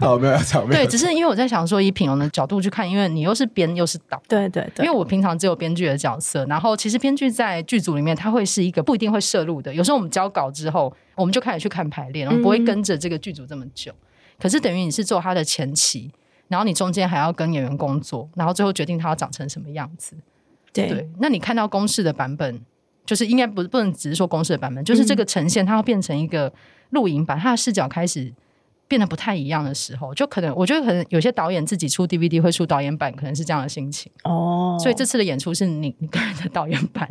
Speaker 3: 好没有吵，没有
Speaker 1: 对，只是因为我在想说，以品荣的角度去看，因为你又是编又是导，
Speaker 2: 对对
Speaker 1: 因
Speaker 2: 对
Speaker 1: 为，我平常只有编剧的角色，然后其实编剧在剧组里面，他会是一个不一定会摄入的。有时候我们交稿之后，我们就开始去看排
Speaker 2: 嗯
Speaker 1: 练，我们不会跟着这个剧组这么久。可是等于你是做他的前期，然后你中间还要跟演员工作，然后最后决定他要长成什么样子。
Speaker 2: 对
Speaker 1: 对，那你看到公式的版本，就是应该不不能只是说公式的版本，就是这个呈现它要变成一个录影版，它的视角开始变得不太一样的时候，就可能我觉得可能有些导演自己出 DVD 会出导演版，可能是这样的心情。
Speaker 2: 哦，
Speaker 1: 所以这次的演出是你 你个人的导演 版，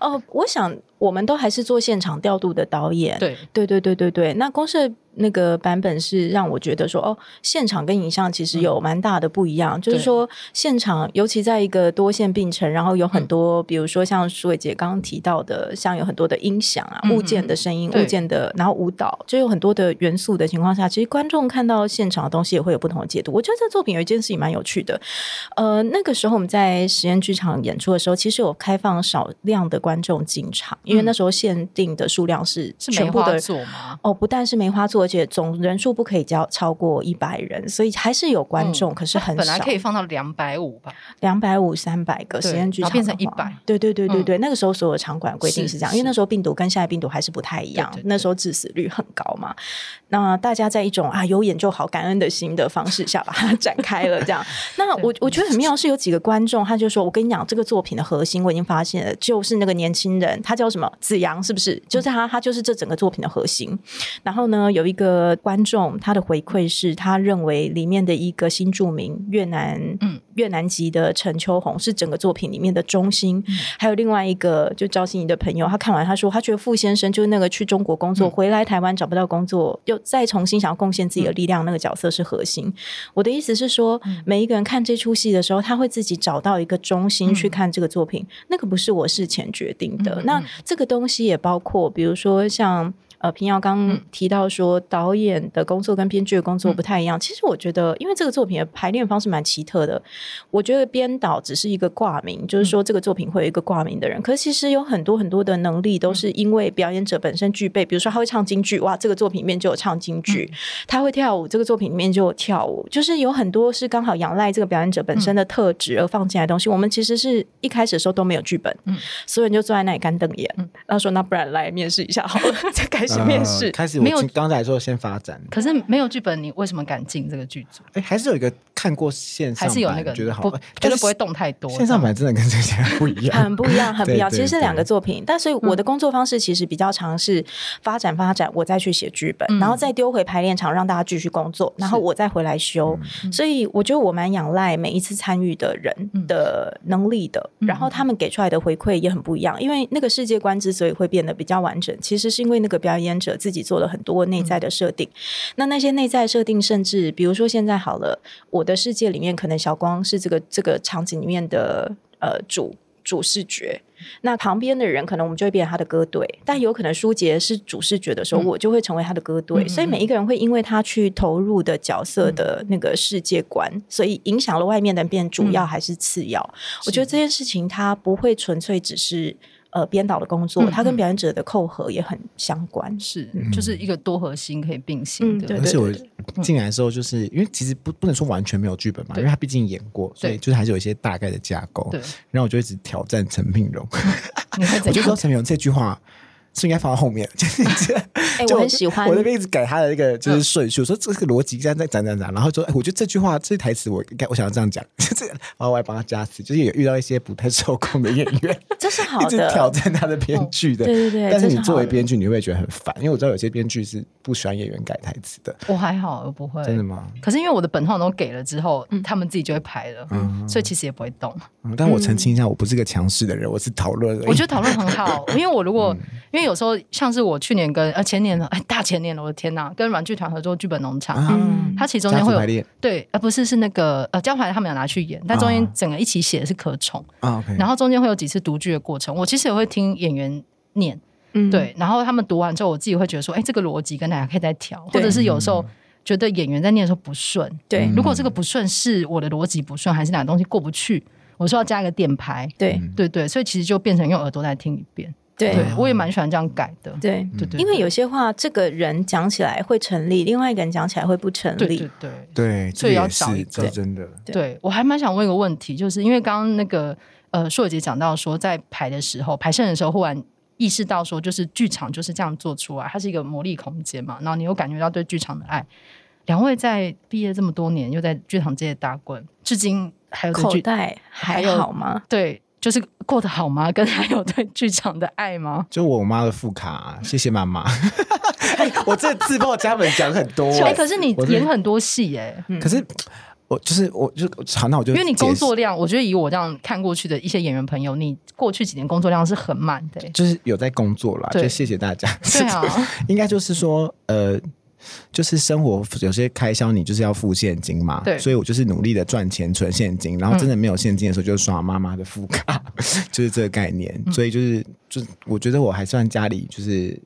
Speaker 2: 哦，我想我们都还是做现场调度的导演。
Speaker 1: 对
Speaker 2: 对对对对对，那公社那个版本是让我觉得说，哦，现场跟影像其实有蛮大的不一样，就
Speaker 1: 嗯
Speaker 2: 是
Speaker 1: 对
Speaker 2: 说现场，尤其在一个多线并存，然后有很多，比如说像舒伟姐刚刚提到的，像有很多的音响啊、
Speaker 1: 嗯
Speaker 2: 物件的声音、
Speaker 1: 对
Speaker 2: 物件的，然后舞蹈，就有很多的元素的情况下，其实观众看到现场的东西也会有不同的解读。我觉得这作品有一件事情蛮有趣的，呃，那个时候我们在实验剧场演出的时候，其实有开放少量的观众进场，因因为那时候限定的数量是
Speaker 1: 嗯是梅
Speaker 2: 全部
Speaker 1: 花
Speaker 2: 的
Speaker 1: 座吗？
Speaker 2: 哦，不但是梅花座，而且总人数不可以超超过一百人，所以还是有观众，
Speaker 1: 嗯
Speaker 2: 可是很
Speaker 1: 本来
Speaker 2: 少
Speaker 1: 可，以放到两百五吧，
Speaker 2: 两百五、三百个
Speaker 1: 对
Speaker 2: 实验剧
Speaker 1: 然
Speaker 2: 场
Speaker 1: 后变成
Speaker 2: 的话
Speaker 1: 100
Speaker 2: 对对对对
Speaker 1: 嗯
Speaker 2: 对，那个时候所有场馆规定
Speaker 1: 是
Speaker 2: 是这样，因为
Speaker 1: 是
Speaker 2: 那时候病毒跟现在病毒还是不太一样，
Speaker 1: 对对对
Speaker 2: 那时候致死率很高嘛。那大家在一种啊有眼就好、感恩的心的方式下把它展开了，这 样。那我
Speaker 1: 对嗯
Speaker 2: 我觉得很妙是有几个观众，他就说我跟你讲，这个作品的核心我已经发现了，就是那个年轻人，他叫什么子阳，是不是？就是他，他就是这整个作品的核心。然后呢，有一个观众他的回馈是，他认为里面的一个新著名越南，
Speaker 1: 嗯
Speaker 2: 越南籍的陈秋红是整个作品里面的中心。还有另外一个就赵欣怡的朋友，他看完他说，他觉得傅先生就是那个去中国工作、
Speaker 1: 嗯
Speaker 2: 回来台湾找不到工作，又再重新想要贡献自己的力量，那个角色是核心。我的意思是说，每一个人看这出戏的时候，他会自己找到一个中心去看这个作品，那个不是我事前决定的。
Speaker 1: 嗯嗯
Speaker 2: 那
Speaker 1: 嗯
Speaker 2: 这个东西也包括，比如说像。呃，平遥刚
Speaker 1: 嗯
Speaker 2: 提到说导演的工作跟编剧的工作不太一样。其实我觉得，因为这个作品的排练方式蛮奇特的，我觉得编导只是一个挂名，
Speaker 1: 嗯
Speaker 2: 就是说这个作品会有一个挂名的人。可是其实有很多很多的能力都是因为表演者本身具备，比如说他会唱京剧，哇，这个作品里面就有唱京剧；他会跳舞，这个作品里面就有跳舞。就是有很多是刚好仰赖这个表演者本身的特质而放进来的东西。我们其实是一开始的时候都没有剧本，
Speaker 1: 嗯
Speaker 2: 所有人就坐在那里干瞪眼，然后说那不然来面试一下好了，再开始面试。
Speaker 3: 呃开始我
Speaker 1: 没有
Speaker 3: 听刚才说先发展，
Speaker 1: 可是没有剧本，你为什么敢进这个剧组？
Speaker 3: 哎，还是有一个看过线上
Speaker 1: 还
Speaker 3: 版，
Speaker 1: 是有那个
Speaker 3: 觉得好
Speaker 1: 不
Speaker 3: 玩，
Speaker 1: 绝
Speaker 3: 但
Speaker 1: 对
Speaker 3: 是
Speaker 1: 不会动太多。嗯
Speaker 3: 线上版真的跟这些不一样，
Speaker 2: 很不一样，很不一样。
Speaker 3: 对
Speaker 2: 其实是
Speaker 3: 对
Speaker 2: 两个作品，但所以我的工作方式其实比较尝试发展发展，我再去写剧本，
Speaker 1: 嗯
Speaker 2: 然后再丢回排练场让大家继续工作，然后我再回来修。
Speaker 3: 嗯
Speaker 2: 所以我觉得我蛮仰赖每一次参与的人
Speaker 1: 嗯
Speaker 2: 的能力的，
Speaker 1: 嗯
Speaker 2: 然后他们给出来的回馈也很不一样。因为那个世界观之所以会变得比较完整，其实是因为那个表演者自己做了很多内在的设定。那那些内在设定，甚至比如说现在好了，我的世界里面可能小光是这个这个场景里面的呃主主视觉，那旁边的人可能我们就会变成他的歌队，但有可能舒杰是主视觉的时候，
Speaker 1: 嗯
Speaker 2: 我就会成为他的歌队。
Speaker 1: 嗯嗯
Speaker 2: 所以每一个人会因为他去投入的角色的那个世界观，所以影响了外面的人变主要还嗯是次要。我觉得这件事情它不会纯粹只是。呃，编导的工作，
Speaker 1: 嗯
Speaker 2: 它跟
Speaker 1: 嗯
Speaker 2: 表演者的扣合也很相关。
Speaker 1: 是
Speaker 3: 嗯
Speaker 1: 就是一个多核心可以并
Speaker 2: 嗯
Speaker 1: 行的，
Speaker 2: 对
Speaker 3: 而且我
Speaker 1: 嗯
Speaker 3: 进来的时候，就是因为其实不不能说完全没有剧本嘛，
Speaker 1: 对
Speaker 3: 因为他毕竟演过，所以
Speaker 1: 对
Speaker 3: 就是还是有一些大概的架构。
Speaker 1: 对，
Speaker 3: 然后我就一直挑战陈品荣，
Speaker 1: 你会
Speaker 3: 哦我
Speaker 1: 怎
Speaker 3: 就说
Speaker 1: 样？
Speaker 3: 陈品荣这句话。是应该放到后面， 就是
Speaker 2: 哎、
Speaker 3: 就
Speaker 2: 我很喜欢
Speaker 3: 我那边一直改他的一个就是顺序，我说这个逻辑这样在讲讲讲，然后说，哎，我觉得这句话这台词我应该我想要这样讲， 就是然后我还帮他加词，就是有遇到一些不太受控的演员，
Speaker 2: 这是好
Speaker 3: 一直
Speaker 2: 的，
Speaker 3: 挑战他的编剧
Speaker 1: 哦
Speaker 3: 的。
Speaker 2: 对对对
Speaker 3: 但是
Speaker 2: 这是
Speaker 3: 你作为
Speaker 2: 好的
Speaker 3: 编剧，你会不会觉得很烦，因为我知道有些编剧是不喜欢演员改台词的，
Speaker 1: 我还好，我不会。
Speaker 3: 真的吗？
Speaker 1: 可是因为我的本号都给了之后，
Speaker 2: 嗯
Speaker 1: 他们自己就会排了，所以其实也不会动。
Speaker 3: 嗯但我澄清一下，我不是个强势的人，我是讨论而已。
Speaker 1: 我觉得讨论很 好，因为我如
Speaker 3: 嗯
Speaker 1: 果、因为有时候像是我去年跟呃前年了，哎大前年了，我的天呐，跟软剧团合作剧本农场，
Speaker 3: 啊，
Speaker 2: 嗯，
Speaker 1: 它其实中间
Speaker 3: 家族
Speaker 1: 会
Speaker 3: 排
Speaker 1: 有
Speaker 3: 列
Speaker 1: 对，呃不是是那个呃江淮他们有拿去演，但中
Speaker 3: 啊
Speaker 1: 间整个一起写的是可宠，
Speaker 3: 啊，OK，
Speaker 1: 然后中间会有几次读剧的过程，我其实也会听演员念，
Speaker 2: 嗯，
Speaker 1: 对，然后他们读完之后，我自己会觉得说，哎，这个逻辑跟大家可以再调，或
Speaker 2: 对
Speaker 1: 者是有时候觉得演员在念的时候不顺，
Speaker 2: 对
Speaker 3: 嗯
Speaker 1: 如果这个不顺是我的逻辑不顺，还是哪个东西过不去，我是要加一个点牌，
Speaker 2: 对
Speaker 3: 嗯
Speaker 1: 对对，所以其实就变成用耳朵再听一遍，
Speaker 2: 对
Speaker 1: 对我也蛮喜欢这样改的，
Speaker 2: 对
Speaker 3: 嗯
Speaker 1: 对对，
Speaker 2: 因为有些话，这个人讲起来会成立，另外一个人讲起来会不成
Speaker 1: 对
Speaker 2: 立
Speaker 1: 对。对
Speaker 3: 对，
Speaker 1: 所以
Speaker 3: 这
Speaker 1: 要
Speaker 3: 也是
Speaker 1: 找一个
Speaker 3: 这真的，
Speaker 2: 对
Speaker 1: 对，我还蛮想问一个问题，就是因为刚刚那个呃，硕姐讲到说，在排的时候，排剩的时候，忽然意识到说，就是剧场就是这样做出来，它是一个魔力空间嘛。然后你又感觉到对剧场的爱。两位在毕业这么多年，又在剧场界打滚，至今还有对
Speaker 2: 口
Speaker 1: 剧
Speaker 2: 袋还好吗？
Speaker 1: 对，就是过得好吗？跟还有对剧场的爱吗？
Speaker 3: 就我妈的副卡、啊谢谢妈妈。嗯 哎我这自报家门讲很 多、嗯
Speaker 1: 哎、可是你
Speaker 3: 我是
Speaker 1: 演很多戏哎、
Speaker 3: 可是我就是我就好，那我就
Speaker 1: 因为你工
Speaker 3: 解释
Speaker 1: 作量，我觉得以我这样看过去的一些演员朋友，你过去几年工作量是很满的、欸。
Speaker 3: 就是有在工作啦，
Speaker 1: 对
Speaker 3: 就谢谢大家。
Speaker 1: 对啊，
Speaker 3: 应该就是说，呃，就是生活有些开销你就是要付现金嘛，
Speaker 1: 对
Speaker 3: 所以我就是努力的赚钱存现金，然后真的没有现金的时候就刷妈妈的副卡， 就是这个概念。
Speaker 1: 嗯
Speaker 3: 所以就是就是我觉得我还算家里就是。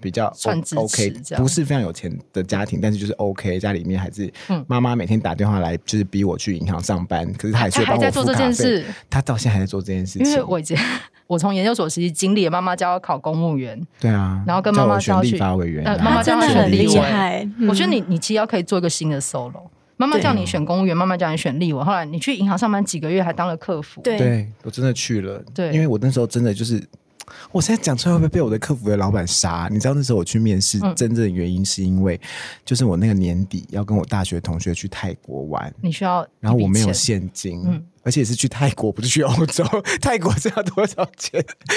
Speaker 3: 比较
Speaker 1: 算
Speaker 3: O-
Speaker 1: 支持
Speaker 3: OK，
Speaker 1: 这样
Speaker 3: 不是非常有钱的家庭，但是就是 OK，家里面还是
Speaker 1: 嗯
Speaker 3: 妈妈每天打电话来，就是逼我去银行上班，可是她还是
Speaker 1: 他还
Speaker 3: 会帮我
Speaker 1: 在做
Speaker 3: 付
Speaker 1: 这
Speaker 3: 卡
Speaker 1: 件
Speaker 3: 费
Speaker 1: 事，
Speaker 3: 她到现在还在做这件事情。
Speaker 1: 因为伟杰我从研究所时期经历了妈妈教我考公务员，
Speaker 3: 对啊，
Speaker 1: 然后跟
Speaker 3: 叫
Speaker 1: 妈妈
Speaker 3: 我选
Speaker 1: 叫
Speaker 3: 立
Speaker 1: 去
Speaker 3: 法委员
Speaker 1: 呃
Speaker 3: 啊，
Speaker 1: 妈妈叫
Speaker 2: 真的
Speaker 1: 他选哎
Speaker 2: 很
Speaker 1: 立
Speaker 2: 厉
Speaker 1: 委
Speaker 2: 害。
Speaker 1: 我觉得
Speaker 2: 嗯
Speaker 1: 你你其实要可以做一个新的 solo。妈妈
Speaker 2: 对
Speaker 1: 叫你选公务员，妈妈叫你选立委，后来你去银行上班几个月，还当了客服。
Speaker 2: 对
Speaker 3: 对我真的去了，
Speaker 1: 对
Speaker 3: 因为我那时候真的就是，我现在讲出来会不会被我的客服的老板杀？你知道那时候我去面试，
Speaker 1: 嗯
Speaker 3: 真正的原因是因为，就是我那个年底要跟我大学同学去泰国玩，
Speaker 1: 你需要
Speaker 3: 然后
Speaker 1: 一笔
Speaker 3: 我没有
Speaker 1: 钱
Speaker 3: 现金，
Speaker 1: 嗯
Speaker 3: 而且是去泰国，不是去欧洲。 泰国是要多少钱？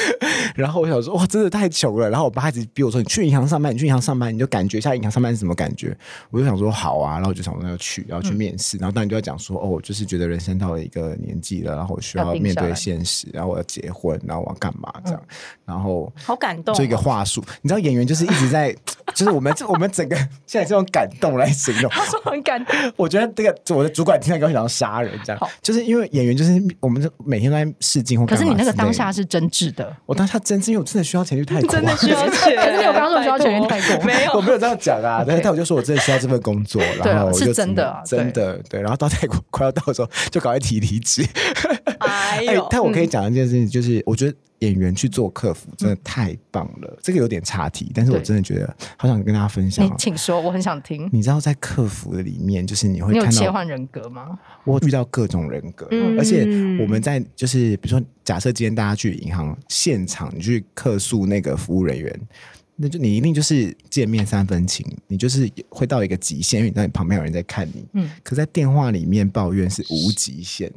Speaker 3: 然后我想说，哇，真的太穷了。然后我爸一直逼我说，你去银行上班，你去银行上班，你就感觉一下银行上班是什么感觉。我就想说，好啊。然后我就想说，那就去，然后去面试。然后当然就要讲说，哦，我就是觉得人生到了一个年纪了，然后我需
Speaker 1: 要
Speaker 3: 要
Speaker 1: 定
Speaker 3: 面
Speaker 1: 下
Speaker 3: 对
Speaker 1: 来
Speaker 3: 现实，然后我要结婚，然后我要干嘛这样。然后
Speaker 2: 好感动哦，
Speaker 3: 这个话术，你知道演员就是一直在， 就是我们我们整个现在这种感动来形容，
Speaker 2: 说很感动，
Speaker 3: 我觉得这个我的主管听到以后想要杀人，这样就是因为演员就是我们就每天都在试镜或
Speaker 1: 可
Speaker 3: 干
Speaker 1: 是
Speaker 3: 嘛
Speaker 1: 你那个
Speaker 3: 之类的
Speaker 1: 当下，是真挚的，
Speaker 3: 我当下真是因为我真的需要钱去泰国、啊，
Speaker 2: 真的需要钱。
Speaker 1: 可是你有刚刚说需要钱去泰国
Speaker 2: 没
Speaker 3: 我
Speaker 2: 有？
Speaker 3: 没有这样讲啊，但是但我就说我真的需要这份工作，
Speaker 1: 对
Speaker 3: 然
Speaker 1: 啊
Speaker 3: 后我就是
Speaker 1: 真的啊
Speaker 3: 真的对，然后到泰国快要到的时候就赶快提离职。
Speaker 2: 哎
Speaker 3: 哎、
Speaker 2: 呦，
Speaker 3: 但我可以
Speaker 2: 嗯
Speaker 3: 讲一件事情，就是我觉得演员去做客服真的太棒了，这个有点岔题，但是我
Speaker 1: 嗯对
Speaker 3: 真的觉得好想跟大家分享
Speaker 1: 你
Speaker 3: 哦。
Speaker 1: 请说，我很想听。
Speaker 3: 你知道在客服的里面，就是你会
Speaker 1: 你有
Speaker 3: 看
Speaker 1: 切
Speaker 3: 到
Speaker 1: 换人格吗？
Speaker 3: 我遇到各种人格，
Speaker 2: 嗯
Speaker 3: 而且我们在就是比如说，假设今天大家去银行现场，你去客诉那个服务人员，那就你一定就是见面三分情，你就是会到一个极限，因为你知道你旁边有人在看你。
Speaker 1: 嗯
Speaker 3: 可在电话里面抱怨是无极限，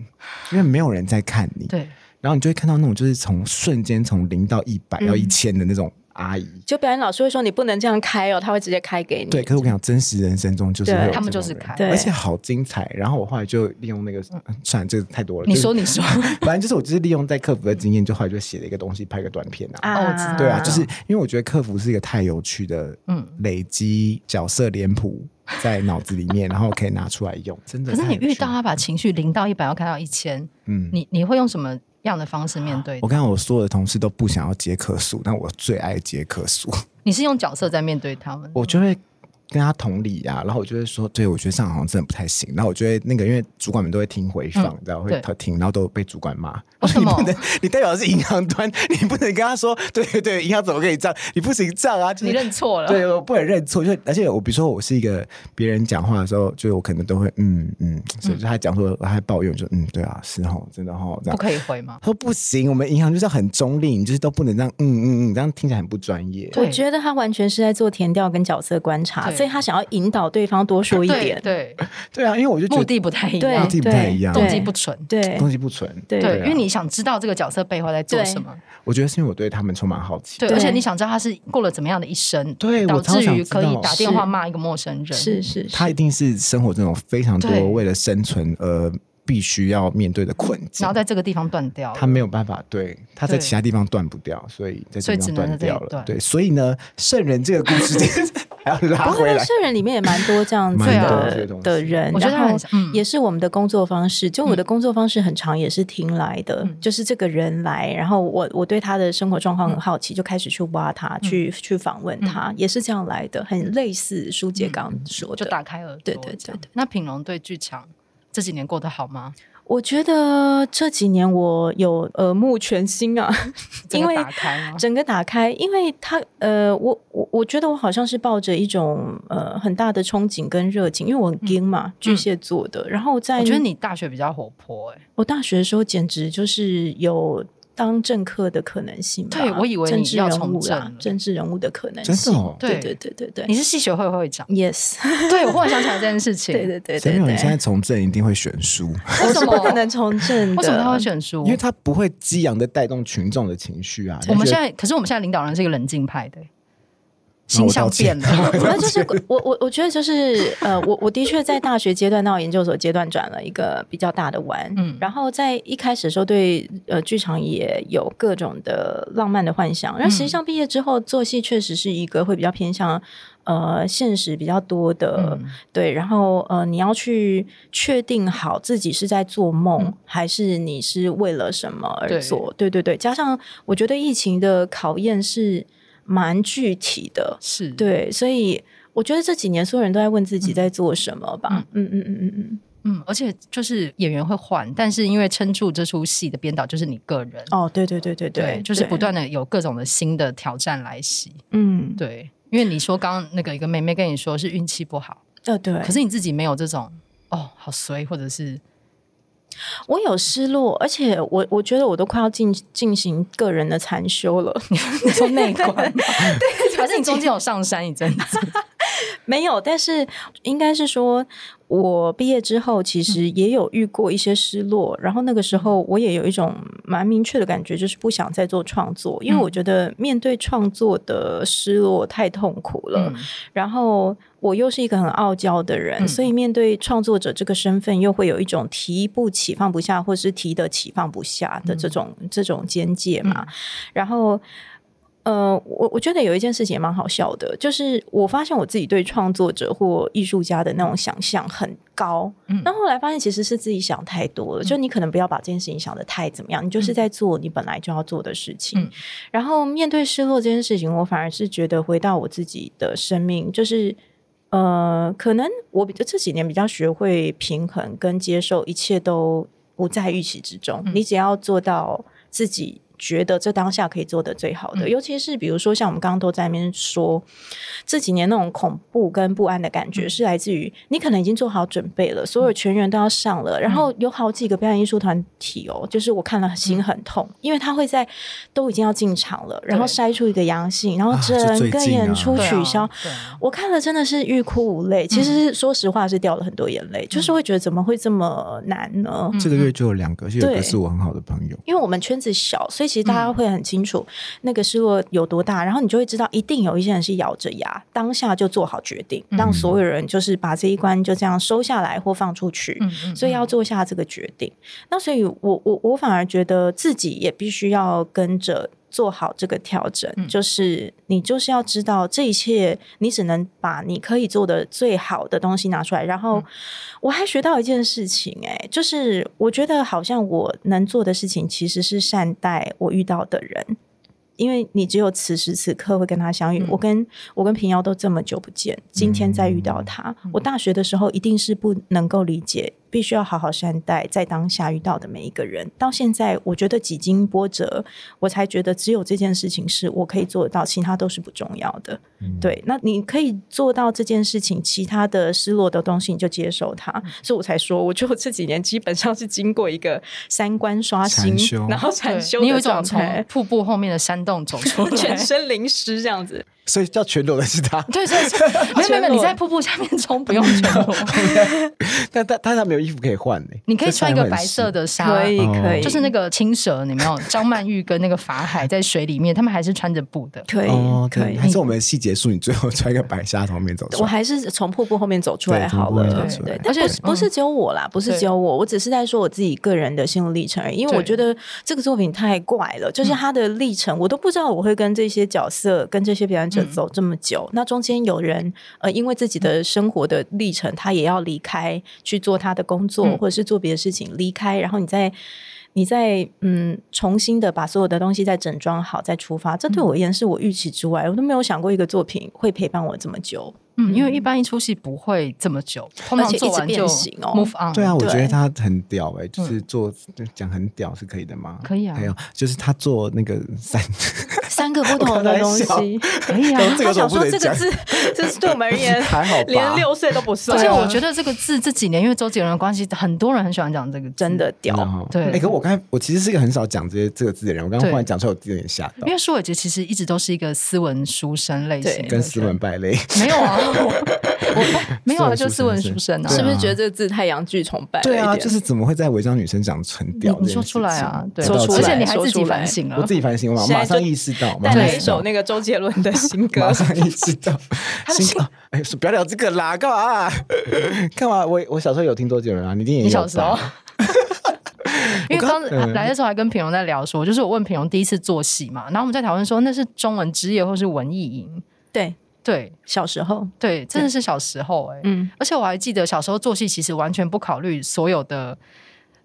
Speaker 3: 因为没有人在看你，
Speaker 1: 对，
Speaker 3: 然后你就会看到那种就是从瞬间从零到一
Speaker 1: 嗯
Speaker 3: 百要一千的那种阿姨。
Speaker 2: 就表演老师会说你不能这样开哦，他会直接开给你。
Speaker 3: 对，可是我跟你讲，真实人生中就是会有
Speaker 2: 对
Speaker 3: 这
Speaker 1: 他们
Speaker 3: 种
Speaker 1: 就是
Speaker 3: 人
Speaker 1: 开
Speaker 2: 对
Speaker 3: 而且好精彩。然后我后来就利用那个，嗯算了，这个太多了。
Speaker 1: 你
Speaker 3: 就是
Speaker 1: 说你说，
Speaker 3: 反正就是我就是利用在客服的经验，就后来就写了一个东西，拍个短片啊。
Speaker 1: 哦我知道
Speaker 3: 对啊，就是因为我觉得客服是一个太有趣的，
Speaker 1: 嗯
Speaker 3: 嗯，累积角色脸谱在脑子里面，然后可以拿出来用，真的。
Speaker 1: 可是你遇到，他把情绪零到一百要开到一千，
Speaker 3: 嗯，
Speaker 1: 你你会用什么样的方式面对
Speaker 3: 我？看到我所有的同事都不想要接客诉，但我最爱接客诉，
Speaker 1: 你是用角色在面对他们？
Speaker 3: 我就会。跟他同理啊，然后我就会说，对我觉得这样好像真的不太行。然后我就会那个，因为主管们都会听回放，
Speaker 1: 嗯
Speaker 3: 你知道
Speaker 1: 对哦
Speaker 3: 会听，然后都被主管骂。
Speaker 1: 为什么？
Speaker 3: 你代表的是银行端，你不能跟他说， 对对对，银行怎么可以这样？你不行这样啊！就是、
Speaker 1: 你认错了？
Speaker 3: 对，我不能认错，就而且我比如说我是一个别人讲话的时候，就我可能都会嗯嗯，所以就他讲说他还抱怨，我就嗯对啊是哦，真的哦这
Speaker 1: 不
Speaker 3: 样。
Speaker 1: 可以回吗？
Speaker 3: 他说不行，我们银行就是要很中立，你就是都不能这样，嗯嗯嗯，这样听起来很不专业。
Speaker 1: 对
Speaker 2: 我觉得他完全是在做填调跟角色观察，
Speaker 1: 对
Speaker 2: 所以他想要引导对方多说一
Speaker 1: 对
Speaker 2: 点。
Speaker 1: 对，
Speaker 3: 对啊，因为 我就觉
Speaker 1: 目
Speaker 3: 得
Speaker 1: 的不太一
Speaker 2: 对
Speaker 1: 样
Speaker 3: 目，的不太一样
Speaker 1: 动
Speaker 2: 对
Speaker 1: 机不纯。
Speaker 2: 对
Speaker 3: 东西不纯，
Speaker 2: 对
Speaker 1: 对，
Speaker 3: 啊
Speaker 1: 因为你想知道这个角色背后在做
Speaker 2: 对
Speaker 1: 什么，
Speaker 3: 我觉得是因为我对他们充满好奇。
Speaker 1: 对，
Speaker 2: 对
Speaker 1: 而且你想知道他是过了怎么样的一生，
Speaker 3: 对
Speaker 1: 导
Speaker 3: 我超
Speaker 1: 致
Speaker 3: 想
Speaker 1: 于
Speaker 3: 知
Speaker 1: 可以
Speaker 3: 道
Speaker 1: 打电话
Speaker 2: 是
Speaker 1: 骂一个陌生人，
Speaker 2: 是是是，
Speaker 3: 他一定是生活这种非常
Speaker 1: 对
Speaker 3: 多为了生存而必须要面对的困境
Speaker 1: 然后。在这个地方断掉了，
Speaker 3: 他没有办法，对，他在
Speaker 1: 对
Speaker 3: 其他地方断不掉，所以在
Speaker 1: 所
Speaker 3: 这
Speaker 1: 以
Speaker 3: 地
Speaker 1: 只
Speaker 3: 方
Speaker 1: 能
Speaker 3: 断
Speaker 1: 在这里
Speaker 3: 掉了。
Speaker 1: 断
Speaker 3: 对，所以呢，圣人这个故 事还要 拉
Speaker 2: 不过
Speaker 3: 回
Speaker 2: 那
Speaker 3: 来。
Speaker 2: 圣人里面也蛮多这样子
Speaker 3: 蛮
Speaker 1: 多
Speaker 2: 的、
Speaker 3: 这些东西
Speaker 2: 的人，
Speaker 1: 我觉得他
Speaker 2: 然后
Speaker 1: 很像嗯
Speaker 2: 也是我们的工作方式。就我的工作方式很长，也是听来的，
Speaker 1: 嗯
Speaker 2: 就是这个人来，然后我我对他的生活状况很好奇，就开始去挖他，
Speaker 1: 嗯
Speaker 2: 去去访问他，也是这样来的，很类似舒姐刚刚说
Speaker 1: 嗯就
Speaker 2: 的。
Speaker 1: 打开耳朵。
Speaker 2: 对对
Speaker 1: 这
Speaker 2: 对
Speaker 1: 样
Speaker 2: 对。
Speaker 1: 那品龙对剧场这几年过得好吗？
Speaker 2: 我觉得这几年我有耳目全新 啊，
Speaker 1: 整
Speaker 2: 因
Speaker 1: 个
Speaker 2: 为
Speaker 1: 打开吗？
Speaker 2: 整个打开，因为他呃，我我我觉得我好像是抱着一种呃很大的憧憬跟热情，因为我很硬嘛，巨蟹座的。然后在
Speaker 1: 嗯我觉得你大学比较活泼，哎，
Speaker 2: 我大学的时候，简直就是有当政客的可能性吧。
Speaker 1: 对我以为
Speaker 2: 政
Speaker 1: 你
Speaker 2: 治
Speaker 1: 要
Speaker 2: 人
Speaker 1: 从
Speaker 2: 物
Speaker 1: 政
Speaker 2: 啦
Speaker 1: 了，
Speaker 2: 政治人物的可能
Speaker 3: 真
Speaker 2: 性。
Speaker 3: 的哦
Speaker 2: 对
Speaker 1: 对
Speaker 2: 对对对对。
Speaker 1: 你是系学会会长
Speaker 2: ，yes，
Speaker 1: 对，我忽然想起来这件事情。
Speaker 2: 对对对
Speaker 3: 陈
Speaker 2: 对
Speaker 3: 永，你现在
Speaker 2: 对，
Speaker 3: 从政一定会选输，
Speaker 1: 为
Speaker 2: 我
Speaker 1: 什
Speaker 2: 是
Speaker 1: 么
Speaker 2: 不可能从政的。
Speaker 1: 为什么他会选书？
Speaker 3: 因为他不会激昂的带动群众的情绪啊。
Speaker 1: 我们
Speaker 3: 就
Speaker 1: 现
Speaker 3: 觉得
Speaker 1: 在，可是我们现在领导人是一个冷静派的，
Speaker 3: 那
Speaker 1: 形
Speaker 3: 我
Speaker 1: 象
Speaker 3: 道
Speaker 1: 变
Speaker 3: 歉
Speaker 1: 了。
Speaker 2: 那就是我我我觉得就是呃，我我的确在大学阶段到研究所阶段转了一个比较大的弯，
Speaker 1: 嗯
Speaker 2: 然后在一开始的时候对呃剧场也有各种的浪漫的幻想，那
Speaker 1: 嗯
Speaker 2: 实际上毕业之后做戏确实是一个会比较偏向呃现实比较多的，
Speaker 1: 嗯
Speaker 2: 对，然后呃你要去确定好自己是在做梦、
Speaker 1: 嗯
Speaker 2: 还是你是为了什么而
Speaker 1: 对
Speaker 2: 做，对对对，加上我觉得疫情的考验是蛮具体的，
Speaker 1: 是，
Speaker 2: 对，所以我觉得这几年所有人都在问自己在做什么吧。嗯嗯嗯嗯嗯，
Speaker 1: 嗯，而且就是演员会换，但是因为撑住这出戏的编导就是你个人，
Speaker 2: 哦，对对对对对，
Speaker 1: 就是不，断的有各种的新的挑战来袭。
Speaker 2: 嗯，
Speaker 1: 对，因为你说刚刚那个一个妹妹跟你说是运气不好，
Speaker 2: 呃，对。
Speaker 1: 可是你自己没有这种哦，好衰，或者是
Speaker 2: 我有失落，而且我我觉得我都快要进进行个人的禅修了。
Speaker 1: 你说内观吗，对，还是你中间有上山一阵子，
Speaker 2: 没有，但是应该是说，我毕业之后其
Speaker 1: 嗯
Speaker 2: 实也有遇过一些失落，然后那个时候我也有一种蛮明确的感觉，就是不想再做创作，因为我
Speaker 1: 嗯
Speaker 2: 觉得面对创作的失落太痛苦了。
Speaker 1: 嗯
Speaker 2: 然后我又是一个很傲娇的人，
Speaker 1: 嗯
Speaker 2: 所以面对创作者这个身份，又会有一种提不起放不下，或是提得起放不下
Speaker 1: 嗯
Speaker 2: 的这种、这种边界嘛。然后，呃，我我觉得有一件事情也蛮好笑的，就是我发现我自己对创作者或艺术家的那种想象很高，
Speaker 1: 嗯
Speaker 2: 但后来发现其实是自己想太多了，就你可能不要把这件事情想得太怎么样，你就是在做你本来就要做的事情。
Speaker 1: 嗯
Speaker 2: 然后面对失落这件事情，我反而是觉得回到我自己的生命，就是呃，可能我比这几年比较学会平衡跟接受，一切都不在预期之中。你只要做到自己觉得这当下可以做的最好的，
Speaker 1: 嗯
Speaker 2: 尤其是比如说像我们刚刚都在那边说，这几年那种恐怖跟不安的感
Speaker 1: 嗯
Speaker 2: 觉，是来自于你可能已经做好准备了，所有全员都要上了，然后有好几个表演艺术团体哦，
Speaker 1: 嗯
Speaker 2: 就是我看了心很痛，因为他会在都已经要进场了，然后筛出一个阳性，然后
Speaker 3: 啊这
Speaker 2: 整
Speaker 3: 最
Speaker 2: 个
Speaker 3: 近啊
Speaker 2: 演出
Speaker 1: 对啊嗯
Speaker 2: 取消，
Speaker 1: 对啊
Speaker 2: 我看了真的是欲哭无泪。其实说实话是掉了很多眼泪，
Speaker 1: 嗯
Speaker 2: 就是会觉得怎么会这么难呢？
Speaker 3: 这个月就有两个，而且有一
Speaker 2: 对
Speaker 3: 个是我很好的朋友。
Speaker 2: 因为我们圈子小，所以其实大家会很清楚那个失落有多大，然后你就会知道，一定有一些人是咬着牙，当下就做好决定，让所有人就是把这一关就这样收下来或放出去。
Speaker 1: 嗯嗯，
Speaker 2: 所以要做下这个决定。那所以我，我我反而觉得自己也必须要跟着做好这个调整，
Speaker 1: 嗯
Speaker 2: 就是你就是要知道这一切，你只能把你可以做的最好的东西拿出来。
Speaker 1: 嗯
Speaker 2: 然后，我还学到一件事情、欸，哎，就是我觉得好像我能做的事情其实是善待我遇到的人。因为你只有此时此刻会跟他相遇。
Speaker 1: 嗯
Speaker 2: 我跟我跟平遥都这么久不见，今天再遇
Speaker 1: 嗯
Speaker 2: 到他，我大学的时候一定是不能够理解，必须要好好善待在当下遇到的每一个人。到现在，我觉得几经波折，我才觉得只有这件事情是我可以做得到，其他都是不重要的。
Speaker 1: 嗯
Speaker 3: 嗯
Speaker 2: 对，那你可以做到这件事情，其他的失落的东西你就接受它。
Speaker 1: 嗯
Speaker 2: 所以我才说，我觉得我这几年基本上是经过一个三观刷新
Speaker 3: 禅，修
Speaker 2: 然后
Speaker 1: 对
Speaker 2: 禅修
Speaker 1: 你有
Speaker 2: 的
Speaker 1: 一种
Speaker 2: 状
Speaker 1: 从
Speaker 2: 态。
Speaker 1: 瀑布后面的山洞走 出来
Speaker 2: 全。身淋湿这样子，
Speaker 3: 所以叫全裸的是他，
Speaker 1: 对 对，是没有没有没有，你在瀑布下面冲不用
Speaker 2: 嗯
Speaker 1: 全裸，
Speaker 3: 但但但他没有衣服可以换呢、
Speaker 1: 你可以
Speaker 3: 这
Speaker 1: 穿一个
Speaker 3: 会很
Speaker 1: 白色
Speaker 3: 湿，
Speaker 1: 的纱，
Speaker 2: 可以
Speaker 3: 哦
Speaker 2: 可以，
Speaker 1: 就是那个青蛇，你没 有张曼玉跟那个法海在水里面，他们还是穿着布的。
Speaker 2: 可以
Speaker 3: 哦，
Speaker 2: 可
Speaker 3: 对，
Speaker 2: 以。
Speaker 3: 还是我们的细节束，你最后穿一个白纱从后面走出
Speaker 2: 我
Speaker 3: 来。
Speaker 2: 还是从瀑布后面走出来
Speaker 3: 对从
Speaker 2: 好
Speaker 3: 瀑布后面
Speaker 2: 了
Speaker 1: 走，出
Speaker 2: 对，
Speaker 3: 来
Speaker 2: 嗯
Speaker 1: 而
Speaker 2: 而
Speaker 1: 且
Speaker 2: 且不是只有我啦，不是只有我，我只是在说我自己个人的心路历程而已。因为我
Speaker 1: 对
Speaker 2: 觉得这个作品太怪了，就是它的历程，我都不知道我会跟这些角色、跟这些表演者走这么久。那中间有人呃，因为自己的生活的历程，他也要离开去做他的工作，
Speaker 1: 嗯
Speaker 2: 或者是做别的事情，离开，然后你再。你再嗯，重新的把所有的东西再整装好，再出发，这对我而言是我预期之外，我都没有想过一个作品会陪伴我这么久。
Speaker 1: 嗯，因为一般一出戏不会这么久，通
Speaker 2: 而
Speaker 1: 常
Speaker 2: 且一直
Speaker 1: 做完就
Speaker 2: 变形哦
Speaker 1: move on。
Speaker 3: 对啊，我
Speaker 2: 对
Speaker 3: 觉得他很屌哎、就是做就讲很屌是可以的吗？
Speaker 1: 可以啊
Speaker 3: 还有就是他做那个三，
Speaker 2: 三个不同的东 西。哎
Speaker 1: 可以啊。
Speaker 3: 这
Speaker 2: 他
Speaker 3: 个
Speaker 2: 想
Speaker 3: 我不
Speaker 2: 说
Speaker 3: 能
Speaker 2: 这个
Speaker 3: 讲，
Speaker 2: 字，这是对我们而言
Speaker 3: 还好吧
Speaker 2: 连六岁都不算。
Speaker 1: 而
Speaker 3: 啊
Speaker 1: 且我
Speaker 2: 得
Speaker 1: 觉得这个字这几年因为周杰伦的关系，很多人很喜欢讲这个字
Speaker 2: 真。的屌
Speaker 3: 真的。哈
Speaker 1: 对
Speaker 3: 哎、可我刚才我其实是一个很少讲这些这个字的人，我刚刚
Speaker 1: 对
Speaker 3: 忽然讲出来，我自己有点吓到
Speaker 1: 因，为舒伟杰其实一直都是一个斯文书生类型的人，
Speaker 3: 跟斯文败类。
Speaker 1: 没有 啊，我没有啊，就斯
Speaker 3: 斯
Speaker 1: 文
Speaker 3: 文
Speaker 1: 书
Speaker 3: 书
Speaker 1: 生啊，
Speaker 3: 对
Speaker 2: 是
Speaker 1: 是
Speaker 2: 不
Speaker 1: 不是？
Speaker 2: 是觉得这个字太阳具崇拜了
Speaker 3: 对啊，
Speaker 2: 一点
Speaker 3: 就是怎么会在违章女生讲纯屌？
Speaker 1: 你你说出来啊，对，
Speaker 2: 说出来
Speaker 1: 而且你还自
Speaker 2: 说
Speaker 1: 己
Speaker 2: 出来
Speaker 1: 反省了
Speaker 3: 我自。己反省，我
Speaker 2: 现在
Speaker 3: 马
Speaker 2: 就
Speaker 3: 上意识到，马
Speaker 2: 带
Speaker 3: 上
Speaker 2: 来
Speaker 3: 意
Speaker 2: 一
Speaker 3: 识到
Speaker 2: 首那个周杰伦的新歌
Speaker 3: 马。上意识到，心啊哎，是不要聊这个啦，干嘛、干嘛？我我小时候有听周杰伦啊，你一定也有
Speaker 1: 你小时候
Speaker 3: 吧，
Speaker 1: 因为刚
Speaker 3: 我刚嗯
Speaker 1: 来的时候还跟品荣在聊说，就是我问品荣第一次做戏嘛，然后我们在讨论说那是中文之夜或是文艺营，
Speaker 2: 对，
Speaker 1: 对
Speaker 2: 小时候，
Speaker 1: 对，真的是小时候哎、
Speaker 2: 嗯，
Speaker 1: 而且我还记得小时候做戏其实完全不考虑所有的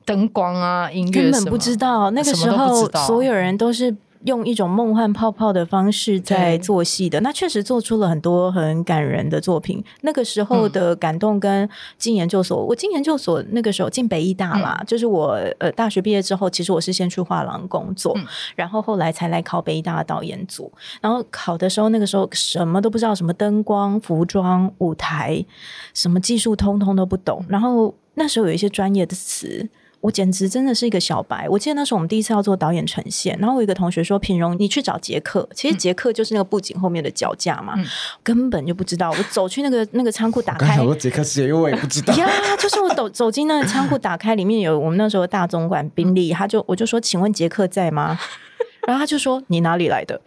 Speaker 1: 灯光啊、音乐，
Speaker 2: 根本不知。道那个时
Speaker 1: 什么都不
Speaker 2: 候
Speaker 1: 知道
Speaker 2: 所有人都是。用一种梦幻泡泡的方式
Speaker 1: 对
Speaker 2: 在做戏的。那确实做出了很多很感人的作品。那个时候的
Speaker 1: 嗯
Speaker 2: 感动跟进研究所，我进研究所那个时候进北艺大啦，
Speaker 1: 嗯
Speaker 2: 就是我呃大学毕业之后，其实我是先去画廊工作，
Speaker 1: 嗯
Speaker 2: 然后后来才来考北艺大的导演组。然后考的时候，那个时候什么都不知道，什么灯光、服装、舞台，什么技术通通都不懂。然后那时候有一些专业的词，我简直真的是一个小白。我记得那时候我们第一次要做导演呈现，然后我有一个同学说：“品荣，你去找杰克。”其
Speaker 3: 嗯
Speaker 2: 实杰克就是那个布景后面的脚架嘛，
Speaker 1: 嗯
Speaker 2: 根本就不知道。我走去那个那个仓库打
Speaker 3: 我刚才
Speaker 2: 开。
Speaker 3: 想。说杰克谁，因为我也不知道
Speaker 2: 呀，就是我走 走进那个仓库，打开里面有我们那时候的大总管宾利，他就我就说，请问杰克在吗？然后他就说你哪里来的？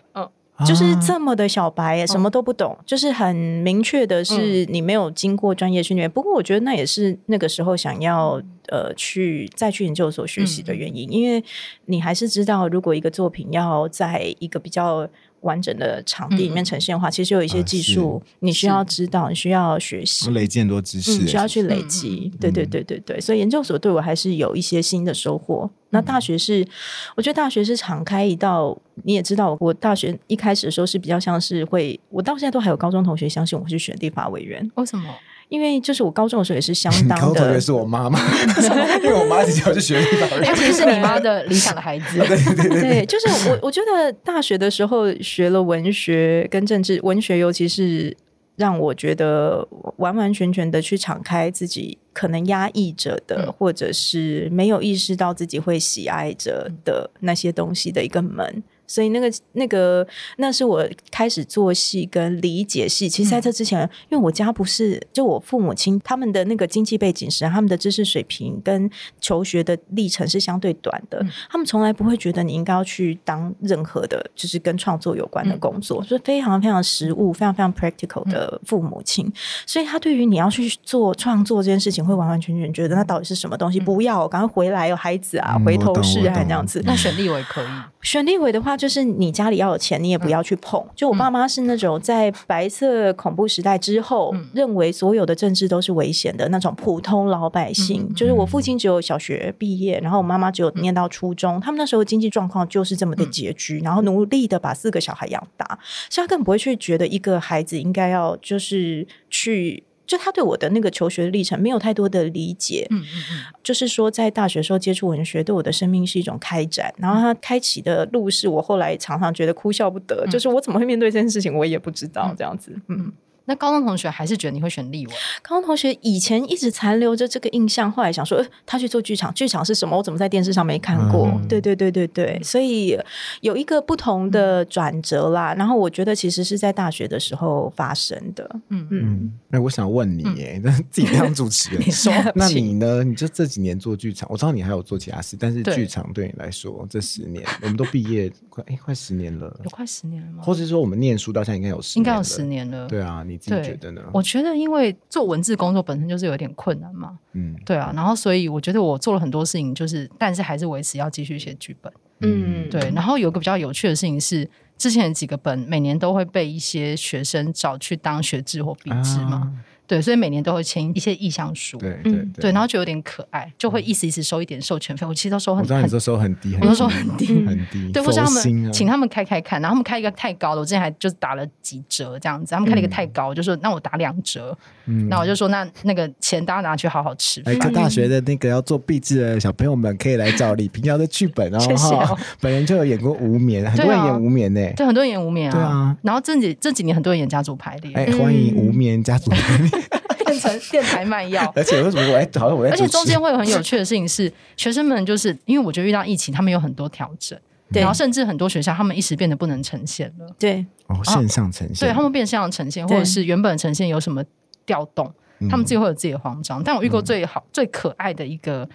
Speaker 2: 就是
Speaker 3: 啊
Speaker 2: 这么的小白耶，什么都不懂，就是很明确的
Speaker 3: 嗯
Speaker 2: 是你没有经过专业训练。不过我觉得那也是那个时候想要
Speaker 3: 嗯
Speaker 2: 呃去再去研究所学习的原因，因为你还是知道，如果一个作品要在一个比较完整的场地里面呈现的话，其实有一些
Speaker 3: 嗯啊
Speaker 2: 技
Speaker 3: 是
Speaker 2: 术你需要知道，你需要学习
Speaker 3: 我。累积很多知
Speaker 2: 嗯，
Speaker 3: 识欸，
Speaker 2: 需要去累
Speaker 1: 嗯嗯
Speaker 2: 积。对对对对对，所以研究所对我还是有一些新的收获。
Speaker 1: 嗯
Speaker 2: 那大学是，我觉得大学是敞开一道，你也知道，我大学一开始的时候是比较像是会，我到现在都还有高中同学相信我去选立法委员，
Speaker 1: 为什么？
Speaker 2: 因为就是我高中的时候也是相
Speaker 3: 你
Speaker 2: 当
Speaker 3: 高头
Speaker 2: 的
Speaker 3: 也，是我 妈妈，因为我妈以前我就学历法律
Speaker 1: 尤哎其是你妈的理想的孩子，
Speaker 2: 对，就是我我觉得大学的时候学了文学跟政治，文学尤其是让我觉得完完全全的去敞开自己可能压抑着的，
Speaker 1: 嗯
Speaker 2: 或者是没有意识到自己会喜爱着的那些东西的一个门。所以那个那个那是我开始做戏跟理解戏。其实在这之前，因为我家不是就我父母亲他们的那个经济背景是他们的知识水平跟求学的历程是相对短的，
Speaker 1: 嗯
Speaker 2: 他们从来不会觉得你应该要去当任何的，就是跟创作有关的工作，就是非常非常实务、非常非常 practical 的父母亲。所以他对于你要去做创作这件事情，会完完全全觉得那到底是什么东西？不要，赶快回来有孩子啊，
Speaker 3: 嗯
Speaker 2: 回
Speaker 3: 我
Speaker 2: 头
Speaker 3: 懂
Speaker 2: 是
Speaker 3: 我
Speaker 2: 岸这样
Speaker 3: 懂
Speaker 2: 子。
Speaker 1: 那选立委可以，嗯
Speaker 2: 选立委的话，就是你家里要有钱，你也不要去碰。就我
Speaker 1: 嗯
Speaker 2: 爸妈是那种在白色恐怖时代之后，
Speaker 1: 嗯
Speaker 2: 认为所有的政治都是危险的那种普通老百姓。
Speaker 1: 嗯
Speaker 2: 就是我父亲只有小学毕业，然后我妈妈只有念到初中。他们那时候经济状况就是这么的拮
Speaker 1: 嗯
Speaker 2: 据，然后努力的把四个小孩养大，所以他根本不会去觉得一个孩子应该要就是去。就他对我的那个求学历程没有太多的理解，
Speaker 1: 嗯嗯嗯，
Speaker 2: 就是说，在大学时候接触文学，对我的生命是一种开展。然后它开启的路是我后来常常觉得哭笑不得，
Speaker 1: 嗯
Speaker 2: 就是我怎么会面对这件事情，我也不知道
Speaker 1: 嗯
Speaker 2: 这样子。嗯，
Speaker 1: 那高中同学还是觉得你会选 立委，
Speaker 2: 高中同学以前一直残留着这个印象，后来想说，呃、他去做剧场，剧场是什么？我怎么在电视上没看过？
Speaker 3: 嗯
Speaker 2: 对对对对对，所以有一个不同的转折啦。然后我觉得其实是在大学的时候发生的。
Speaker 1: 嗯嗯，
Speaker 2: 嗯。
Speaker 3: 嗯，哎，我想问你，哎，自己当主持 人
Speaker 1: 你，说，
Speaker 3: 那你呢？你就这几年做剧场，我知道你还有做其他事，但是
Speaker 1: 对
Speaker 3: 剧场对你来说，这十年我们都毕业快哎快十年了
Speaker 1: 有，快十年了吗？
Speaker 3: 或者说我们念书到现在应该有十，
Speaker 1: 应该有十。年了。
Speaker 3: 对啊，你自
Speaker 1: 对
Speaker 3: 己觉得呢？
Speaker 1: 我觉得，因为做文字工作本身就是有点困难嘛，
Speaker 3: 嗯
Speaker 1: 对啊，然后所以我觉得我做了很多事情，就是但是还是维持要继续写剧本。
Speaker 2: 嗯
Speaker 1: 对，然后有一个比较有趣的事情是，之前几个本每年都会被一些学生找去当学制或笔制嘛，，
Speaker 3: 啊
Speaker 1: 对，所以每年都会签一些意向书，
Speaker 3: 对
Speaker 2: 嗯
Speaker 3: 对
Speaker 1: 对，然后就有点可爱，就会一时一时收一点授权费，我其实都收
Speaker 3: 我
Speaker 1: 很
Speaker 3: 知道你
Speaker 1: 很
Speaker 3: 这时候很低，
Speaker 1: 我都说嗯
Speaker 3: 很低
Speaker 2: 很低
Speaker 3: 很低，
Speaker 1: 对，或是他
Speaker 3: 佛心
Speaker 1: 们
Speaker 3: 啊
Speaker 1: 请他们开开看，然后他们开一个太高了，我之前还就是打了几折这样子，他们开了一个太高，我就说那我打两折，
Speaker 3: 嗯
Speaker 1: 那、我就说那那个钱大家拿去好好吃
Speaker 3: 哎，
Speaker 1: 饭。
Speaker 3: 各大学的那个要做壁纸的小朋友们，可以来找李平遥的剧本 哦。
Speaker 2: 谢谢哦
Speaker 3: 哈本人就有演过无眠，很多人演无眠呢。
Speaker 1: 啊对，很多人演无眠啊，
Speaker 3: 对啊
Speaker 1: 然后这几这几年很多人演家族排列，
Speaker 3: 哎，欢迎无眠家族，。
Speaker 1: 嗯变成电台卖药
Speaker 3: 而且为什么我哎，好像我在
Speaker 1: 而且
Speaker 3: 主持
Speaker 1: 中间会有很有趣的事情是，学生们就是因为我觉得遇到疫情，他们有很多调整，
Speaker 2: 对
Speaker 3: 嗯
Speaker 1: 然后甚至很多学校他们一时变得不能呈现了，
Speaker 2: 对，
Speaker 3: 哦线上呈现，
Speaker 1: 啊对他们变相呈现，或
Speaker 2: 对
Speaker 1: 者是原本呈现有什么调动，
Speaker 3: 嗯
Speaker 1: 他们自己会有自己的慌张。但我遇过最好、最可爱的一个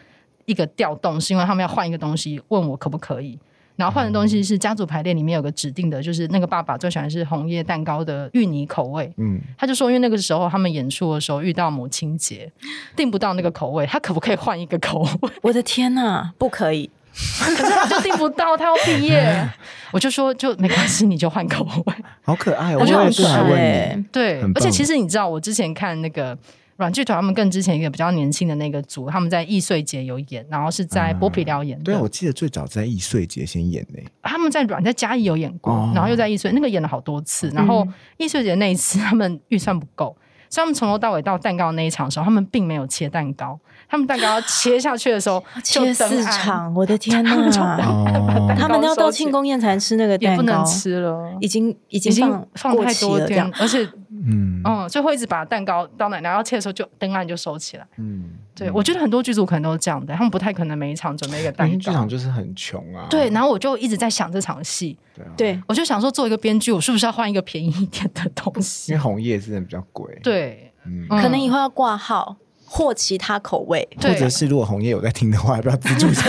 Speaker 1: 一个调动，是因为他们要换一个东西，问我可不可以。然后换的东西是家族排列里面有个指定的，就是那个爸爸最喜欢是红叶蛋糕的芋泥口味，
Speaker 3: 嗯，
Speaker 1: 他就说，因为那个时候他们演出的时候遇到母亲节，订不到那个口味，他可不可以换一个口味？
Speaker 2: 我的天呐、不可以！
Speaker 1: 可是他就订不到，他要毕业。 我就说，就没关系，你就换口味。
Speaker 3: 好可爱哦。
Speaker 1: 我觉得
Speaker 3: 也
Speaker 1: 很欸
Speaker 3: 是来
Speaker 1: 可
Speaker 3: 问
Speaker 2: 爱
Speaker 3: 你，
Speaker 1: 对
Speaker 3: 很，
Speaker 1: 而
Speaker 3: 棒
Speaker 1: 且其实你知道，我之前看那个软剧团他们更之前一个比较年轻的那个组，他们在易碎节有演，然后是在剥皮寮演的。
Speaker 3: 对啊，我记得最早在易碎节先演呢、
Speaker 1: 他们在软在嘉义有演过，
Speaker 3: 哦嗯
Speaker 1: 然后又在易碎那个演了好多次，然后易碎节那一次他们预算不够。所以他们从头到尾到蛋糕那一场的时候，他们并没有切蛋糕，他们蛋糕要切下去的时候就
Speaker 2: 切
Speaker 1: 登
Speaker 2: 四
Speaker 1: 岸，
Speaker 2: 场， 我的天
Speaker 1: 他们就登
Speaker 2: 呐！
Speaker 3: 哦，
Speaker 2: 他们要到庆功宴才吃那个
Speaker 1: 也
Speaker 2: 蛋
Speaker 1: 不能
Speaker 2: 糕，
Speaker 1: 吃了，
Speaker 2: 已经已
Speaker 1: 已经
Speaker 2: 经
Speaker 1: 放
Speaker 2: 过
Speaker 1: 太
Speaker 2: 期
Speaker 1: 多
Speaker 2: 了，这
Speaker 1: 天
Speaker 2: 样，
Speaker 1: 而且
Speaker 3: 嗯
Speaker 1: 嗯，所以会一直把蛋糕到奶奶要切的时候就登岸就收起来。
Speaker 3: 嗯，
Speaker 1: 对，我觉得很多剧组可能都是这样的，他们不太可能每一场准备一个
Speaker 3: 嗯因
Speaker 1: 蛋
Speaker 3: 为剧
Speaker 1: 糕
Speaker 3: 场。就是很穷啊，
Speaker 1: 对，然后我就一直在想这场戏，
Speaker 3: 对啊，
Speaker 2: 对，
Speaker 1: 我就想说做一个编剧，我是不是要换一个便宜一点的东
Speaker 3: 因
Speaker 1: 西
Speaker 3: 为？红叶真的比较贵，，
Speaker 1: 对，
Speaker 3: 嗯。
Speaker 1: 嗯
Speaker 2: 可能以后要挂号或其他口味，
Speaker 3: 或
Speaker 1: 对
Speaker 3: 者是如果红叶有在听的话，要不要资助一下？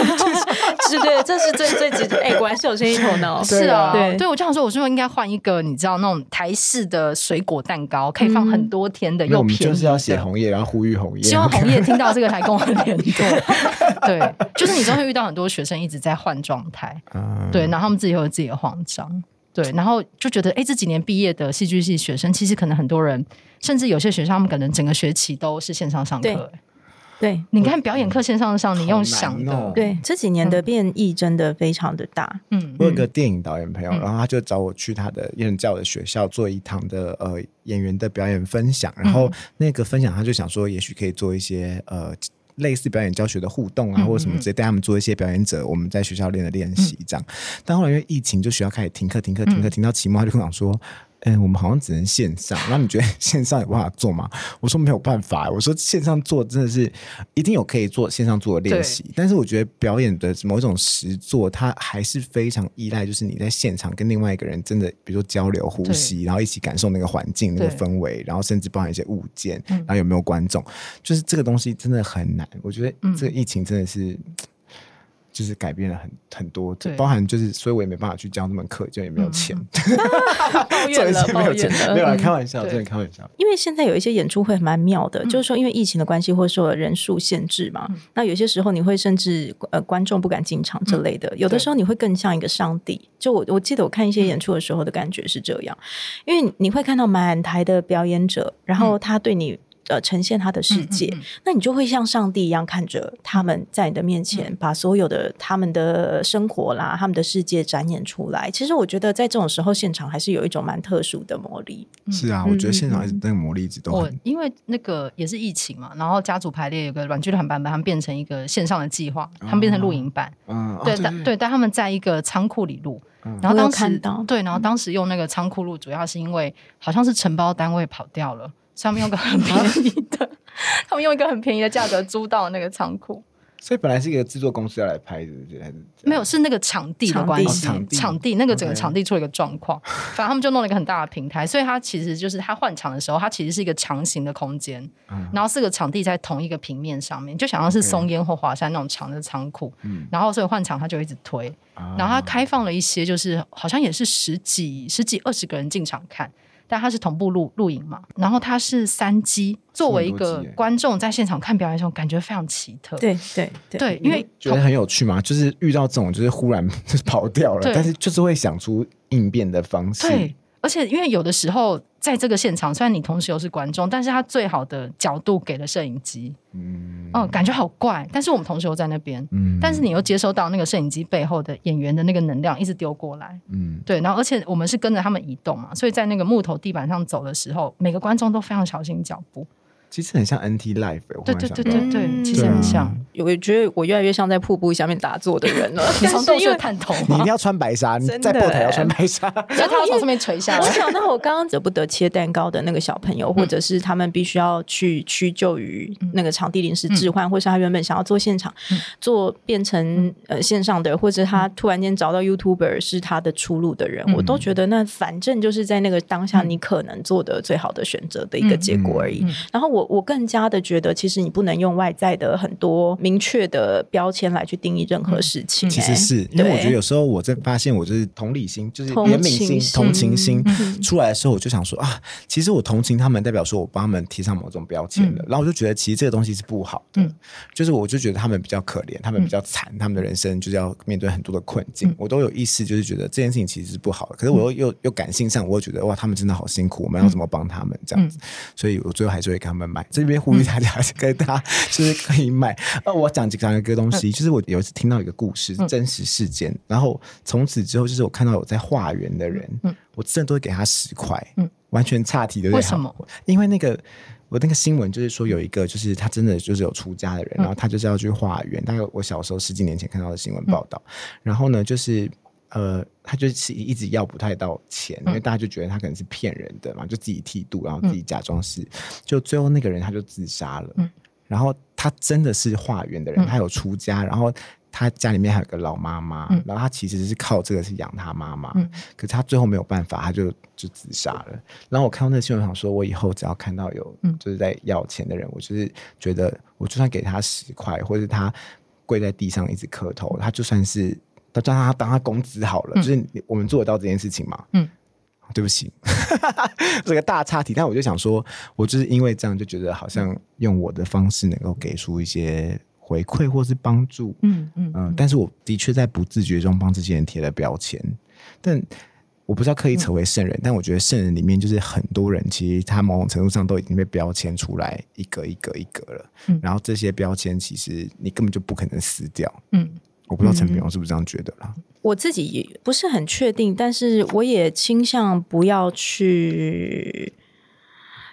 Speaker 2: 是对，这是最最直接。哎，果然是有生意头脑。
Speaker 1: 是
Speaker 3: 啊
Speaker 1: 啊，
Speaker 2: 对
Speaker 1: 对我就想说，我是不是应该换一个你知道那种台式的水果蛋糕，可以
Speaker 2: 嗯
Speaker 1: 放很多天的
Speaker 3: 那
Speaker 1: 又
Speaker 3: 我们
Speaker 1: 便宜的？
Speaker 3: 就是要写红叶，然后呼吁红叶，
Speaker 1: 希望红叶听到这个来跟我 联络。对，就是你都会遇到很多学生一直在换状态，
Speaker 3: 嗯
Speaker 1: 对，然后他们自己会有自己的慌张，对，然后就觉得，哎，这几年毕业的戏剧系学生，其实可能很多人，甚至有些学校他们可能整个学期都是线上上
Speaker 2: 对
Speaker 1: 课。哎
Speaker 2: 对
Speaker 1: 你看表演课线上上，你
Speaker 3: 好
Speaker 1: 用
Speaker 3: 难
Speaker 1: 想的，
Speaker 3: 哦
Speaker 2: 对，这几年的变异真的非常的大。
Speaker 1: 嗯，
Speaker 3: 我有个电影导演朋友，
Speaker 1: 嗯
Speaker 3: 然后他就找我去他的演教的学校做一堂的呃演员的表演分享，然
Speaker 1: 嗯
Speaker 3: 后那个分享他就想说，也许可以做一些呃。类似表演教学的互动啊，
Speaker 1: 嗯
Speaker 3: 或者什么
Speaker 1: 嗯
Speaker 3: 直接带他们做一些表演者我们在学校练的练习这样。但后来因为疫情，就学校开始停课、停课、停
Speaker 1: 嗯
Speaker 3: 课，停到期末，他就跟我讲说：“嗯，我们好像只能线上。” 那你觉得线上有办法做吗？我说没有办法，欸我说线上做真的是一定有可以做线上做的练习，但是我觉得表演的某一种实作，它还是非常依赖，就是你在现场跟另外一个人真的，比如说交流呼吸，然后一起感受那个环境、那
Speaker 1: 对
Speaker 3: 个氛围，然后甚至包含一些物件，
Speaker 1: 嗯
Speaker 3: 然后有没有观众，就是这个东西真的很难。我觉得
Speaker 1: 嗯
Speaker 3: 这个疫情真的是。就是改变了很很多，
Speaker 1: 对嗯
Speaker 3: 包含就是，所以我也没办法去教那门课，就也没有钱，
Speaker 2: 抱
Speaker 3: 所以
Speaker 2: 怨了，
Speaker 3: 是没
Speaker 2: 抱
Speaker 3: 有
Speaker 2: 怨
Speaker 3: 钱，
Speaker 2: 了
Speaker 3: 没。有啦，开玩笑，
Speaker 1: 对
Speaker 3: 真的开玩笑。
Speaker 2: 因为现在有一些演出会蛮妙的，就是说因为疫情的关系，或者说人数限制嘛，那有些时候你会甚至呃观众不敢进场之类的，有的时候你会更像一个上帝。就我我记得我看一些演出的时候的感觉是这样，因为你会看到满台的表演者，然后他对你。呃，呈现他的世界，
Speaker 1: 嗯嗯嗯
Speaker 2: 那你就会像上帝一样看着他们在你的面前，把所有的他们的生活啦、他们的世界展演出来。其实我觉得在这种时候，现场还是有一种蛮特殊的魔力。
Speaker 1: 嗯
Speaker 3: 是啊，我觉得现场一直那个魔力一直都
Speaker 1: 我
Speaker 3: 很
Speaker 1: 因为那个也是疫情嘛，然后家族排列有个软剧团版本，他们变成一个线上的计划，他们变成录影版，
Speaker 3: 嗯，
Speaker 1: 对，
Speaker 3: 哦
Speaker 1: 但对，但他们在一个仓库里录，
Speaker 3: 嗯
Speaker 1: 然后
Speaker 2: 我有
Speaker 1: 当时
Speaker 2: 看到嗯
Speaker 1: 对，然后当时用那个仓库录，主要是因为好像是承包单位跑掉了，所以他们用个很
Speaker 2: 啊
Speaker 1: 便宜的，他们用一个很便宜的价格租到那个仓库，
Speaker 3: 所以本来是一个制作公司要来拍的，这还是这样
Speaker 1: 没有是那个场地的
Speaker 2: 场
Speaker 1: 关
Speaker 2: 地
Speaker 1: 系，
Speaker 3: 哦场地
Speaker 1: 那个整个
Speaker 3: OK
Speaker 1: 场地出了一个状况，反正他们就弄了一个很大的平台，所以它其实就是它换场的时候，它其实是一个长形的空间，
Speaker 3: 嗯
Speaker 1: 然后四个场地在同一个平面上面，就想象是松烟或华山那种长的仓库，
Speaker 3: 嗯
Speaker 1: 然后所以换场它就一直推，
Speaker 3: 啊
Speaker 1: 然后它开放了一些，就是好像也是十几、十几、二十个人进场看，但它是同步录录影嘛。然后它是三机，作为一
Speaker 3: 这么多
Speaker 1: 个
Speaker 3: 机耶
Speaker 1: 观众在现场看表演的时候，感觉非常奇特。
Speaker 2: 对对对
Speaker 1: 对，因为
Speaker 3: 觉得很有趣嘛，就是遇到这种就是忽然就是跑掉了，
Speaker 1: 对
Speaker 3: 但是就是会想出应变的方式。
Speaker 1: 对，而且因为有的时候在这个现场，虽然你同时又是观众，但是它最好的角度给了摄影机，
Speaker 3: 嗯
Speaker 1: 嗯，感觉好怪。但是我们同时又在那边，
Speaker 3: 嗯
Speaker 1: 但是你又接收到那个摄影机背后的演员的那个能量一直丢过来。
Speaker 3: 嗯
Speaker 1: 对，然后而且我们是跟着他们移动嘛，所以在那个木头地板上走的时候，每个观众都非常小心脚步。
Speaker 3: 其实很像 NT Life，欸我忽
Speaker 1: 对
Speaker 3: 然
Speaker 1: 对
Speaker 3: 想
Speaker 1: 对
Speaker 3: 到
Speaker 1: 对对，
Speaker 2: 嗯
Speaker 1: 其实
Speaker 3: 对啊
Speaker 1: 很像。
Speaker 2: 我觉得我越来越像在瀑布下面打坐的人了。
Speaker 1: 你
Speaker 2: 但
Speaker 1: 从
Speaker 2: 是
Speaker 1: 洞
Speaker 2: 因
Speaker 1: 穴
Speaker 2: 为
Speaker 1: 探头
Speaker 3: 你一
Speaker 1: 吗
Speaker 3: 定？要穿白纱，你
Speaker 2: 真的
Speaker 3: 在后台要
Speaker 2: 欸
Speaker 3: 穿白纱。
Speaker 1: 然后他要从上面垂下
Speaker 2: 我
Speaker 1: 来。
Speaker 2: 想到我刚刚嗯舍不得切蛋糕的那个小朋友，或者是他们必须要去屈就于那个场地临时置换，或是他原本想要做现场、做变成呃线上的，或者他突然间找到 YouTuber 是他的出路的人，我都觉得那反正就是在那个当下你可能做的最好的选择的一个结果而已。然后我我更加的觉得，其实你不能用外在的很多明确的标签来去定义任何事情、
Speaker 3: 其
Speaker 2: 哎
Speaker 3: 实是因为我觉得
Speaker 2: 对
Speaker 3: 有时候我在发现我就是同理心，就是
Speaker 2: 同
Speaker 3: 怜悯
Speaker 2: 情
Speaker 3: 心、
Speaker 2: 心
Speaker 3: 同情心出来的时候，我就想说啊，其实我同情他们，代表说我帮他们贴上某种标签了。然后我就觉得其实这个东西是不好的，
Speaker 1: 嗯
Speaker 3: 就是我就觉得他们比较可怜，他们比较惨，他们的人生就是要面对很多的困境。我都有意识，就是觉得这件事情其实是不好的。可是我又又又感性上，我又觉得哇，他们真的好辛苦，我们要怎么帮他们这样子？所以我最后还是会跟他们买，这边呼吁大家，跟大家就是可以买。呃，我讲几讲一个东西，就是我有一次听到一个故事，
Speaker 1: 嗯
Speaker 3: 真实事件，然后从此之后，就是我看到有在化缘的人，
Speaker 1: 嗯
Speaker 3: 我真的都会给他十块，
Speaker 1: 嗯
Speaker 3: 完全岔题的。
Speaker 1: 为什么？
Speaker 3: 因为那个。我那个新闻就是说，有一个就是他真的就是有出家的人，
Speaker 1: 嗯
Speaker 3: 然后他就是要去化缘。大概我小时候十几年前看到的新闻报
Speaker 1: 嗯
Speaker 3: 道，然后呢，就是呃，他就是一直要不太到钱，因为
Speaker 1: 嗯
Speaker 3: 大家就觉得他可能是骗人的嘛，就自己剃度，然后自己假装是，就最后那个人他就自杀了。
Speaker 1: 嗯
Speaker 3: 然后他真的是化缘的人，
Speaker 1: 嗯
Speaker 3: 他有出家，然后他家里面还有个老妈妈，
Speaker 1: 嗯
Speaker 3: 然后他其实是靠这个是养他妈妈，
Speaker 1: 嗯
Speaker 3: 可是他最后没有办法，他就就自杀了。然后我看到那个新闻，想说我以后只要看到有
Speaker 1: 嗯
Speaker 3: 就是在要钱的人，我就是觉得我就算给他十块，或者他跪在地上一直磕头，他就算是他就让他当他公子好了，
Speaker 1: 嗯
Speaker 3: 就是你我们做得到这件事情吗？
Speaker 1: 嗯。
Speaker 3: 对不起， 这个大岔题，但我就想说，我就是因为这样就觉得好像用我的方式能够给出一些回馈或是帮助，
Speaker 1: 嗯嗯
Speaker 3: 嗯，但是我的确在不自觉中帮这些人贴了标签，但我不是要刻意成为圣人，但我觉得圣人里面就是很多人，其实他某种程度上都已经被标签出来一个一个一个了，
Speaker 1: 嗯
Speaker 3: 然后这些标签其实你根本就不可能撕掉。
Speaker 1: 嗯
Speaker 3: 我不知道陈炳荣是不是这样觉得啦？
Speaker 2: 我自己也不是很确定，但是我也倾向不要去。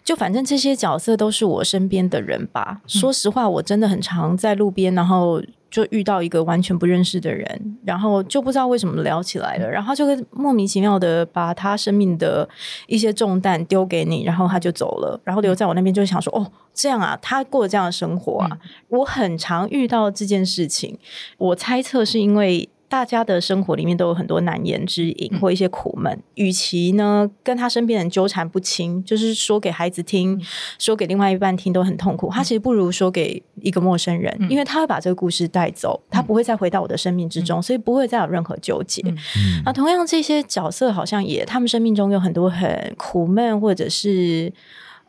Speaker 2: 就反正这些角色都是我身边的人吧。说实话，我真的很常在路边，然后就遇到一个完全不认识的人，然后就不知道为什么聊起来了，然后他就会莫名其妙的把他生命的一些重担丢给你，然后他就走了，然后留在我那边就想说，哦，这样啊，他过这样的生活啊，我很常遇到这件事情。我猜测是因为大家的生活里面都有很多难言之隐
Speaker 1: 嗯
Speaker 2: 或一些苦闷，与其呢跟他身边人纠缠不清，就是说给孩子听、
Speaker 1: 嗯
Speaker 2: 说给另外一半听都很痛苦，他其实不如说给一个陌生人，
Speaker 1: 嗯
Speaker 2: 因为他会把这个故事带走，他不会再回到我的生命之中，所以不会再有任何纠结。
Speaker 1: 嗯
Speaker 3: 嗯
Speaker 2: 那同样，这些角色好像也，他们生命中有很多很苦闷或者是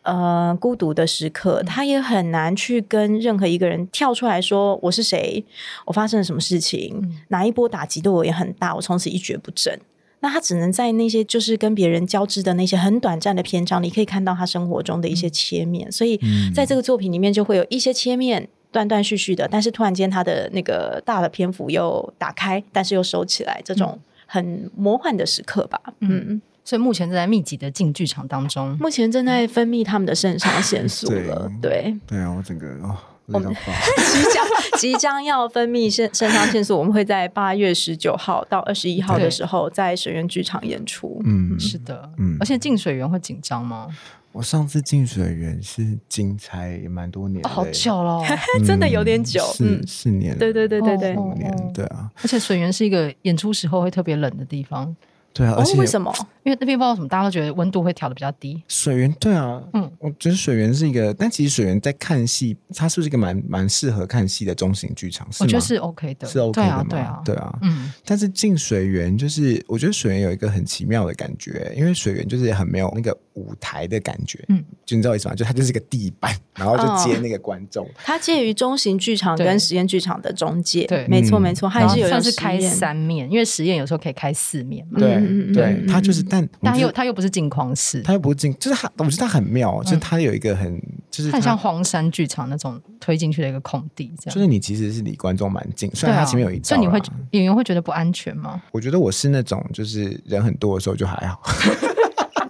Speaker 2: 呃孤独的时刻，他也很难去跟任何一个人跳出来说我是谁，我发生了什么事情，
Speaker 1: 嗯
Speaker 2: 哪一波打击对我也很大，我从此一蹶不振。那他只能在那些就是跟别人交织的那些很短暂的篇章里，可以看到他生活中的一些切面，所以
Speaker 3: 嗯
Speaker 2: 在这个作品里面就会有一些切面断断续续的，但是突然间它的那个大的篇幅又打开，但是又收起来，这种很魔幻的时刻吧。嗯，
Speaker 1: 所以目前正在密集的进剧场当中。
Speaker 2: 目前正在分泌他们的肾上腺素了，对。
Speaker 3: 对啊，我整个哦，累到爆。
Speaker 2: 即将即将要分泌肾肾上腺素，我们会在八月十九号到二十一号的时候在水源剧场演出。
Speaker 3: 嗯，
Speaker 1: 是的，
Speaker 3: 嗯
Speaker 1: 而且进水员会紧张吗？
Speaker 3: 我上次进水源是金钗，也蛮多年
Speaker 1: 哦，
Speaker 3: 的、
Speaker 1: 好久了哦，
Speaker 3: 嗯，
Speaker 2: 真的有点久
Speaker 3: 四
Speaker 2: 嗯
Speaker 3: 四年了，
Speaker 2: 对对对 对对
Speaker 3: 四五
Speaker 1: 哦
Speaker 3: 年，对啊，
Speaker 1: 而且水源是一个演出时候会特别冷的地方，
Speaker 3: 对啊，而
Speaker 2: 哦
Speaker 3: 且，
Speaker 2: 为什么？
Speaker 1: 因为那边不知道为什么，大家都觉得温度会调的比较低。
Speaker 3: 水源对啊，嗯
Speaker 1: 嗯，
Speaker 3: 我觉得水源是一个，但其实水源在看戏，它是不是一个蛮蛮适合看戏的中型剧场？是
Speaker 1: 我
Speaker 3: 吗？
Speaker 1: 觉得是 OK 的，
Speaker 3: 是 OK
Speaker 1: 对
Speaker 3: 的
Speaker 1: 啊
Speaker 3: 嘛，
Speaker 1: 对啊，
Speaker 3: 对啊。
Speaker 1: 嗯
Speaker 3: 但是进水源就是，我觉得水源有一个很奇妙的感觉，因为水源就是很没有那个舞台的感觉，
Speaker 1: 嗯哦
Speaker 3: 就你知道我意思吗？就它就是一个地板， 然后就接那个观众，
Speaker 2: 它介于中型剧场
Speaker 1: 对
Speaker 2: 跟实验剧场的中介。
Speaker 1: 对
Speaker 2: 没错
Speaker 3: 嗯
Speaker 2: 没错，它
Speaker 1: 然后
Speaker 2: 也是有
Speaker 1: 算
Speaker 2: 点
Speaker 1: 是开
Speaker 2: 实验
Speaker 1: 三面，因为实验有时候可以开四面嘛，
Speaker 3: 对、
Speaker 2: 嗯嗯嗯
Speaker 3: 对
Speaker 2: 嗯，
Speaker 3: 它就是，但我
Speaker 1: 但它
Speaker 3: 们就
Speaker 1: 又
Speaker 3: 是
Speaker 1: 它又不是镜框室，
Speaker 3: 它又不是进，就是它，我觉得它很妙，就是它有一个很，就是
Speaker 1: 嗯它很像荒山剧场那种推进去的一个空地这
Speaker 3: 就
Speaker 1: 样。
Speaker 3: 是你其实是离观众蛮近，虽
Speaker 1: 对
Speaker 3: 然它
Speaker 1: 啊，
Speaker 3: 前面有一道
Speaker 1: 所
Speaker 3: 啦、
Speaker 1: 以你会演员会觉得不安全吗？
Speaker 3: 我觉得我是那种就是人很多的时候就还好，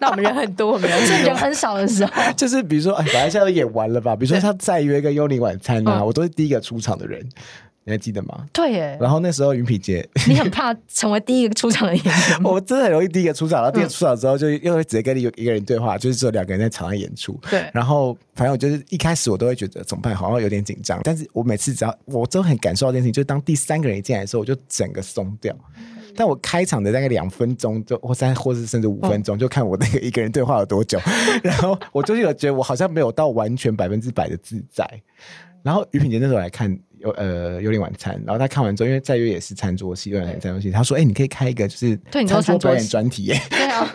Speaker 2: 那我们人很多，我们人
Speaker 1: 所以
Speaker 2: 很
Speaker 1: 人
Speaker 2: 多。
Speaker 1: 很少的时候，
Speaker 3: 就是比如说，哎，本来现在都演完了吧？比如说他再约一个幽灵晚餐啊，
Speaker 1: 嗯
Speaker 3: 我都是第一个出场的人，你还记得吗？
Speaker 1: 对耶，
Speaker 3: 然后那时候云皮姐，
Speaker 1: 你很怕成为第一个出场的演员吗？
Speaker 3: 我真的很容易第一个出场，然后第
Speaker 1: 嗯
Speaker 3: 一个出场之后就又会直接跟有一个人对话，就是只有两个人在场上演出。
Speaker 1: 对
Speaker 3: 然后反正我就是一开始我都会觉得怎么办，好像有点紧张，但是我每次只要我都很感受到这件事情，就是当第三个人一进来的时候，我就整个松掉。
Speaker 1: 嗯
Speaker 3: 但我开场的大概两分钟就或三或是甚至五分
Speaker 1: 哦
Speaker 3: 钟，就看我那个一个人对话有 多久，然后我就是有觉得我好像没有到完全百分之百的自在。然后于品杰那时候来看有呃幽灵晚餐，然后他看完之后，因为在约也是餐桌戏，幽灵晚餐餐桌戏，他说：“哎、你可以开一个就是
Speaker 1: 对你都
Speaker 3: 餐
Speaker 1: 餐桌
Speaker 3: 表演
Speaker 1: 戏
Speaker 3: 专题耶，
Speaker 1: 对啊，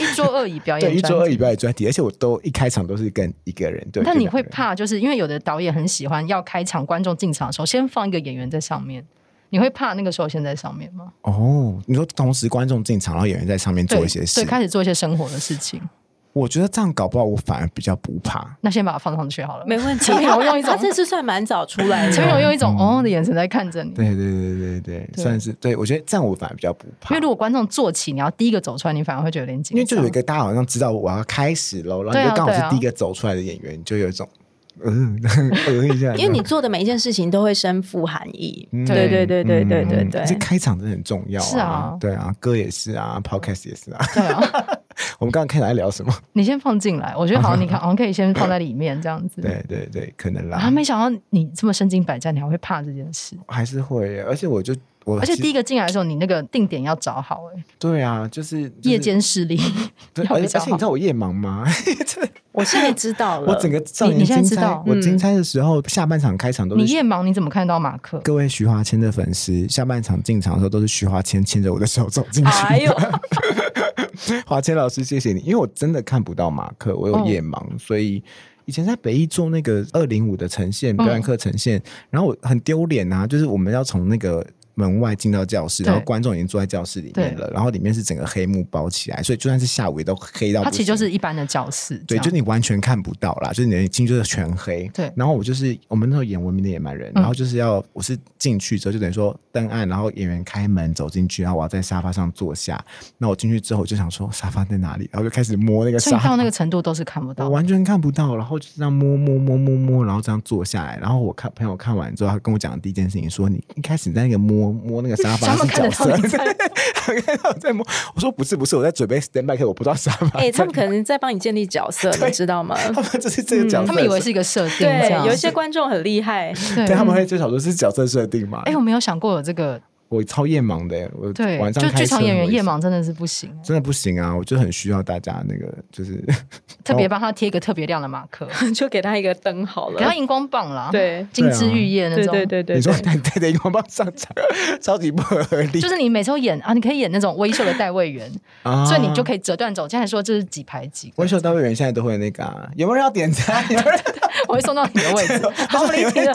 Speaker 1: 一桌二椅表演，
Speaker 3: 对，一桌二。椅表演专题，而且我都一开场都是跟一个人对。
Speaker 1: 但
Speaker 3: 就
Speaker 1: 你
Speaker 3: 两
Speaker 1: 会
Speaker 3: 个人？
Speaker 1: 怕，就是因为有的导演很喜欢要开场，观众进场的时候先放一个演员在上面，你会怕那个时候先在上面吗？
Speaker 3: 哦，你说同时观众进场，然后演员在上面做
Speaker 1: 对
Speaker 3: 一些，事
Speaker 1: 对，，开始做一些生活的事情。
Speaker 3: 我觉得这样搞不好我反而比较不怕。
Speaker 1: 那先把它放上去好了。
Speaker 2: 没问题。
Speaker 1: 陈品荣用一种
Speaker 2: 他这次算蛮早出来
Speaker 1: 陈品
Speaker 2: 的，
Speaker 1: 荣用一种哦的眼神在看着你，
Speaker 3: 嗯对对对对对，
Speaker 1: 对
Speaker 3: 算是对我觉得这样我反而比较不怕
Speaker 1: 因为。如果观众坐起，你要第一个走出来，你反而会觉得有点紧
Speaker 3: 因
Speaker 1: 张。
Speaker 3: 为就有一个大家好像知道我要开始喽，然后
Speaker 1: 对
Speaker 3: 你
Speaker 1: 啊
Speaker 3: 就刚好
Speaker 1: 对
Speaker 3: 是
Speaker 1: 啊
Speaker 3: 第一个走出来的演员，你就有一种嗯嗯一下，
Speaker 2: 因为你做的每一件事情都会身负含义。
Speaker 3: 嗯
Speaker 2: 对对对对对对
Speaker 3: 嗯
Speaker 2: 对
Speaker 3: 这开场真的很重要
Speaker 1: 是啊
Speaker 3: 对啊，歌也是啊，podcast 也是啊。
Speaker 1: 对啊，
Speaker 3: 我们刚刚开始在聊什么？
Speaker 1: 你先放进来，我觉得 好像你看，好像可以先放在里面这样子。
Speaker 3: 对对对，可能
Speaker 1: 然后
Speaker 3: 啦，
Speaker 1: 没想到你这么身经百战，你还会怕这件事。
Speaker 3: 还是会耶，而且我就我
Speaker 1: 而且
Speaker 3: 其
Speaker 1: 第一个进来的时候，你那个定点要找好、欸，
Speaker 3: 对啊，就是就是
Speaker 1: 夜间 视力，
Speaker 3: 对，
Speaker 1: 要
Speaker 3: 而
Speaker 1: 比
Speaker 3: 且
Speaker 1: 较
Speaker 3: 而且你知道我夜盲吗？
Speaker 2: 我现在知道了，
Speaker 3: 我整个少
Speaker 1: 你
Speaker 3: 年
Speaker 1: 你现在
Speaker 3: 金
Speaker 1: 知
Speaker 3: 钗
Speaker 1: 道，
Speaker 3: 我
Speaker 2: 嗯
Speaker 3: 金钗的时候下半场开场都
Speaker 1: 你
Speaker 3: 是。
Speaker 1: 夜盲你怎么看得到马克？
Speaker 3: 各位徐华谦的粉丝，下半场进场的时候都是徐华谦牵着我的手走进去。
Speaker 2: 哎 呦，
Speaker 3: 华谦老师，谢谢你，因为我真的看不到马克，我
Speaker 1: 哦
Speaker 3: 有夜盲，所以以前在北艺做那个二零五的呈现
Speaker 1: 嗯
Speaker 3: 表演课呈现，然后我很丢脸啊，就是我们要从那个。门外进到教室，
Speaker 1: 对
Speaker 3: 然后观众已经坐在教室里面了，然后里面是整个黑幕包起来，所以就算是下午也都黑到不行。
Speaker 1: 它其实就是一般的教室，
Speaker 3: 对，
Speaker 1: 这样
Speaker 3: 就你完全看不到啦，就是你的眼睛就是全黑。
Speaker 1: 对嗯
Speaker 3: 然后我就是我们那时候演《文明的野蛮人》，然后就是要我是进去之后就等于说灯暗，然后演员开门走进去，然后我要在沙发上坐下。那我进去之后我就想说沙发在哪里，然后就开始摸那个
Speaker 1: 所以
Speaker 3: 沙
Speaker 1: 到
Speaker 3: 发。
Speaker 1: 那个程度都是看不
Speaker 3: 我
Speaker 1: 到。
Speaker 3: 完全看不到，然后就是这样摸摸摸摸摸，然后这样坐下来。然后我看朋友看完之后，他跟我讲的第一件事情，说你一开始你在那个摸摸那个沙发
Speaker 1: 他
Speaker 3: 是
Speaker 1: 们看
Speaker 3: 角
Speaker 1: 得到
Speaker 3: 色，
Speaker 1: 你在，
Speaker 3: 看到我在摸。我说不是不是，我在准备 stand back，我不知道沙发。
Speaker 2: 哎，他们可能在帮你建立角色，你知道吗？
Speaker 3: 他们就是这个角
Speaker 1: 嗯
Speaker 3: 色的时候，
Speaker 1: 他们以为是一个设定，这
Speaker 2: 对
Speaker 1: 样，
Speaker 2: 有一些观众很厉害，
Speaker 1: 对
Speaker 3: 对，他们会最少都是角色设定嘛。
Speaker 1: 哎、我没有想过有这个，
Speaker 3: 我超夜盲的耶，我
Speaker 1: 对，
Speaker 3: 晚上
Speaker 1: 就
Speaker 3: 开
Speaker 1: 剧场
Speaker 3: 车
Speaker 1: 演员
Speaker 3: 我也
Speaker 1: 夜
Speaker 3: 是
Speaker 1: 盲真的是不行、欸
Speaker 3: 真的不行啊，我就很需要大家那个就是
Speaker 1: 特别帮他贴一个特别亮的马克，
Speaker 2: 就给他一个灯好
Speaker 1: 给他
Speaker 2: 了。
Speaker 1: 荧光棒啦，，
Speaker 2: 对
Speaker 1: 金枝玉啊叶那
Speaker 2: 对
Speaker 1: 种，
Speaker 2: 对对对
Speaker 3: 你说
Speaker 2: 对，
Speaker 3: 带带着荧光棒上场，超级不合理
Speaker 1: 就。是你每次都演啊，你可以演那种微秀的代位员，
Speaker 3: 啊
Speaker 1: 所以你就可以折断走。这样说这是几排几 个
Speaker 3: 微，秀单位员现在都会那个啊，有没有人要点餐？有没有人
Speaker 1: 我会送到你的位 置。好，我离题了。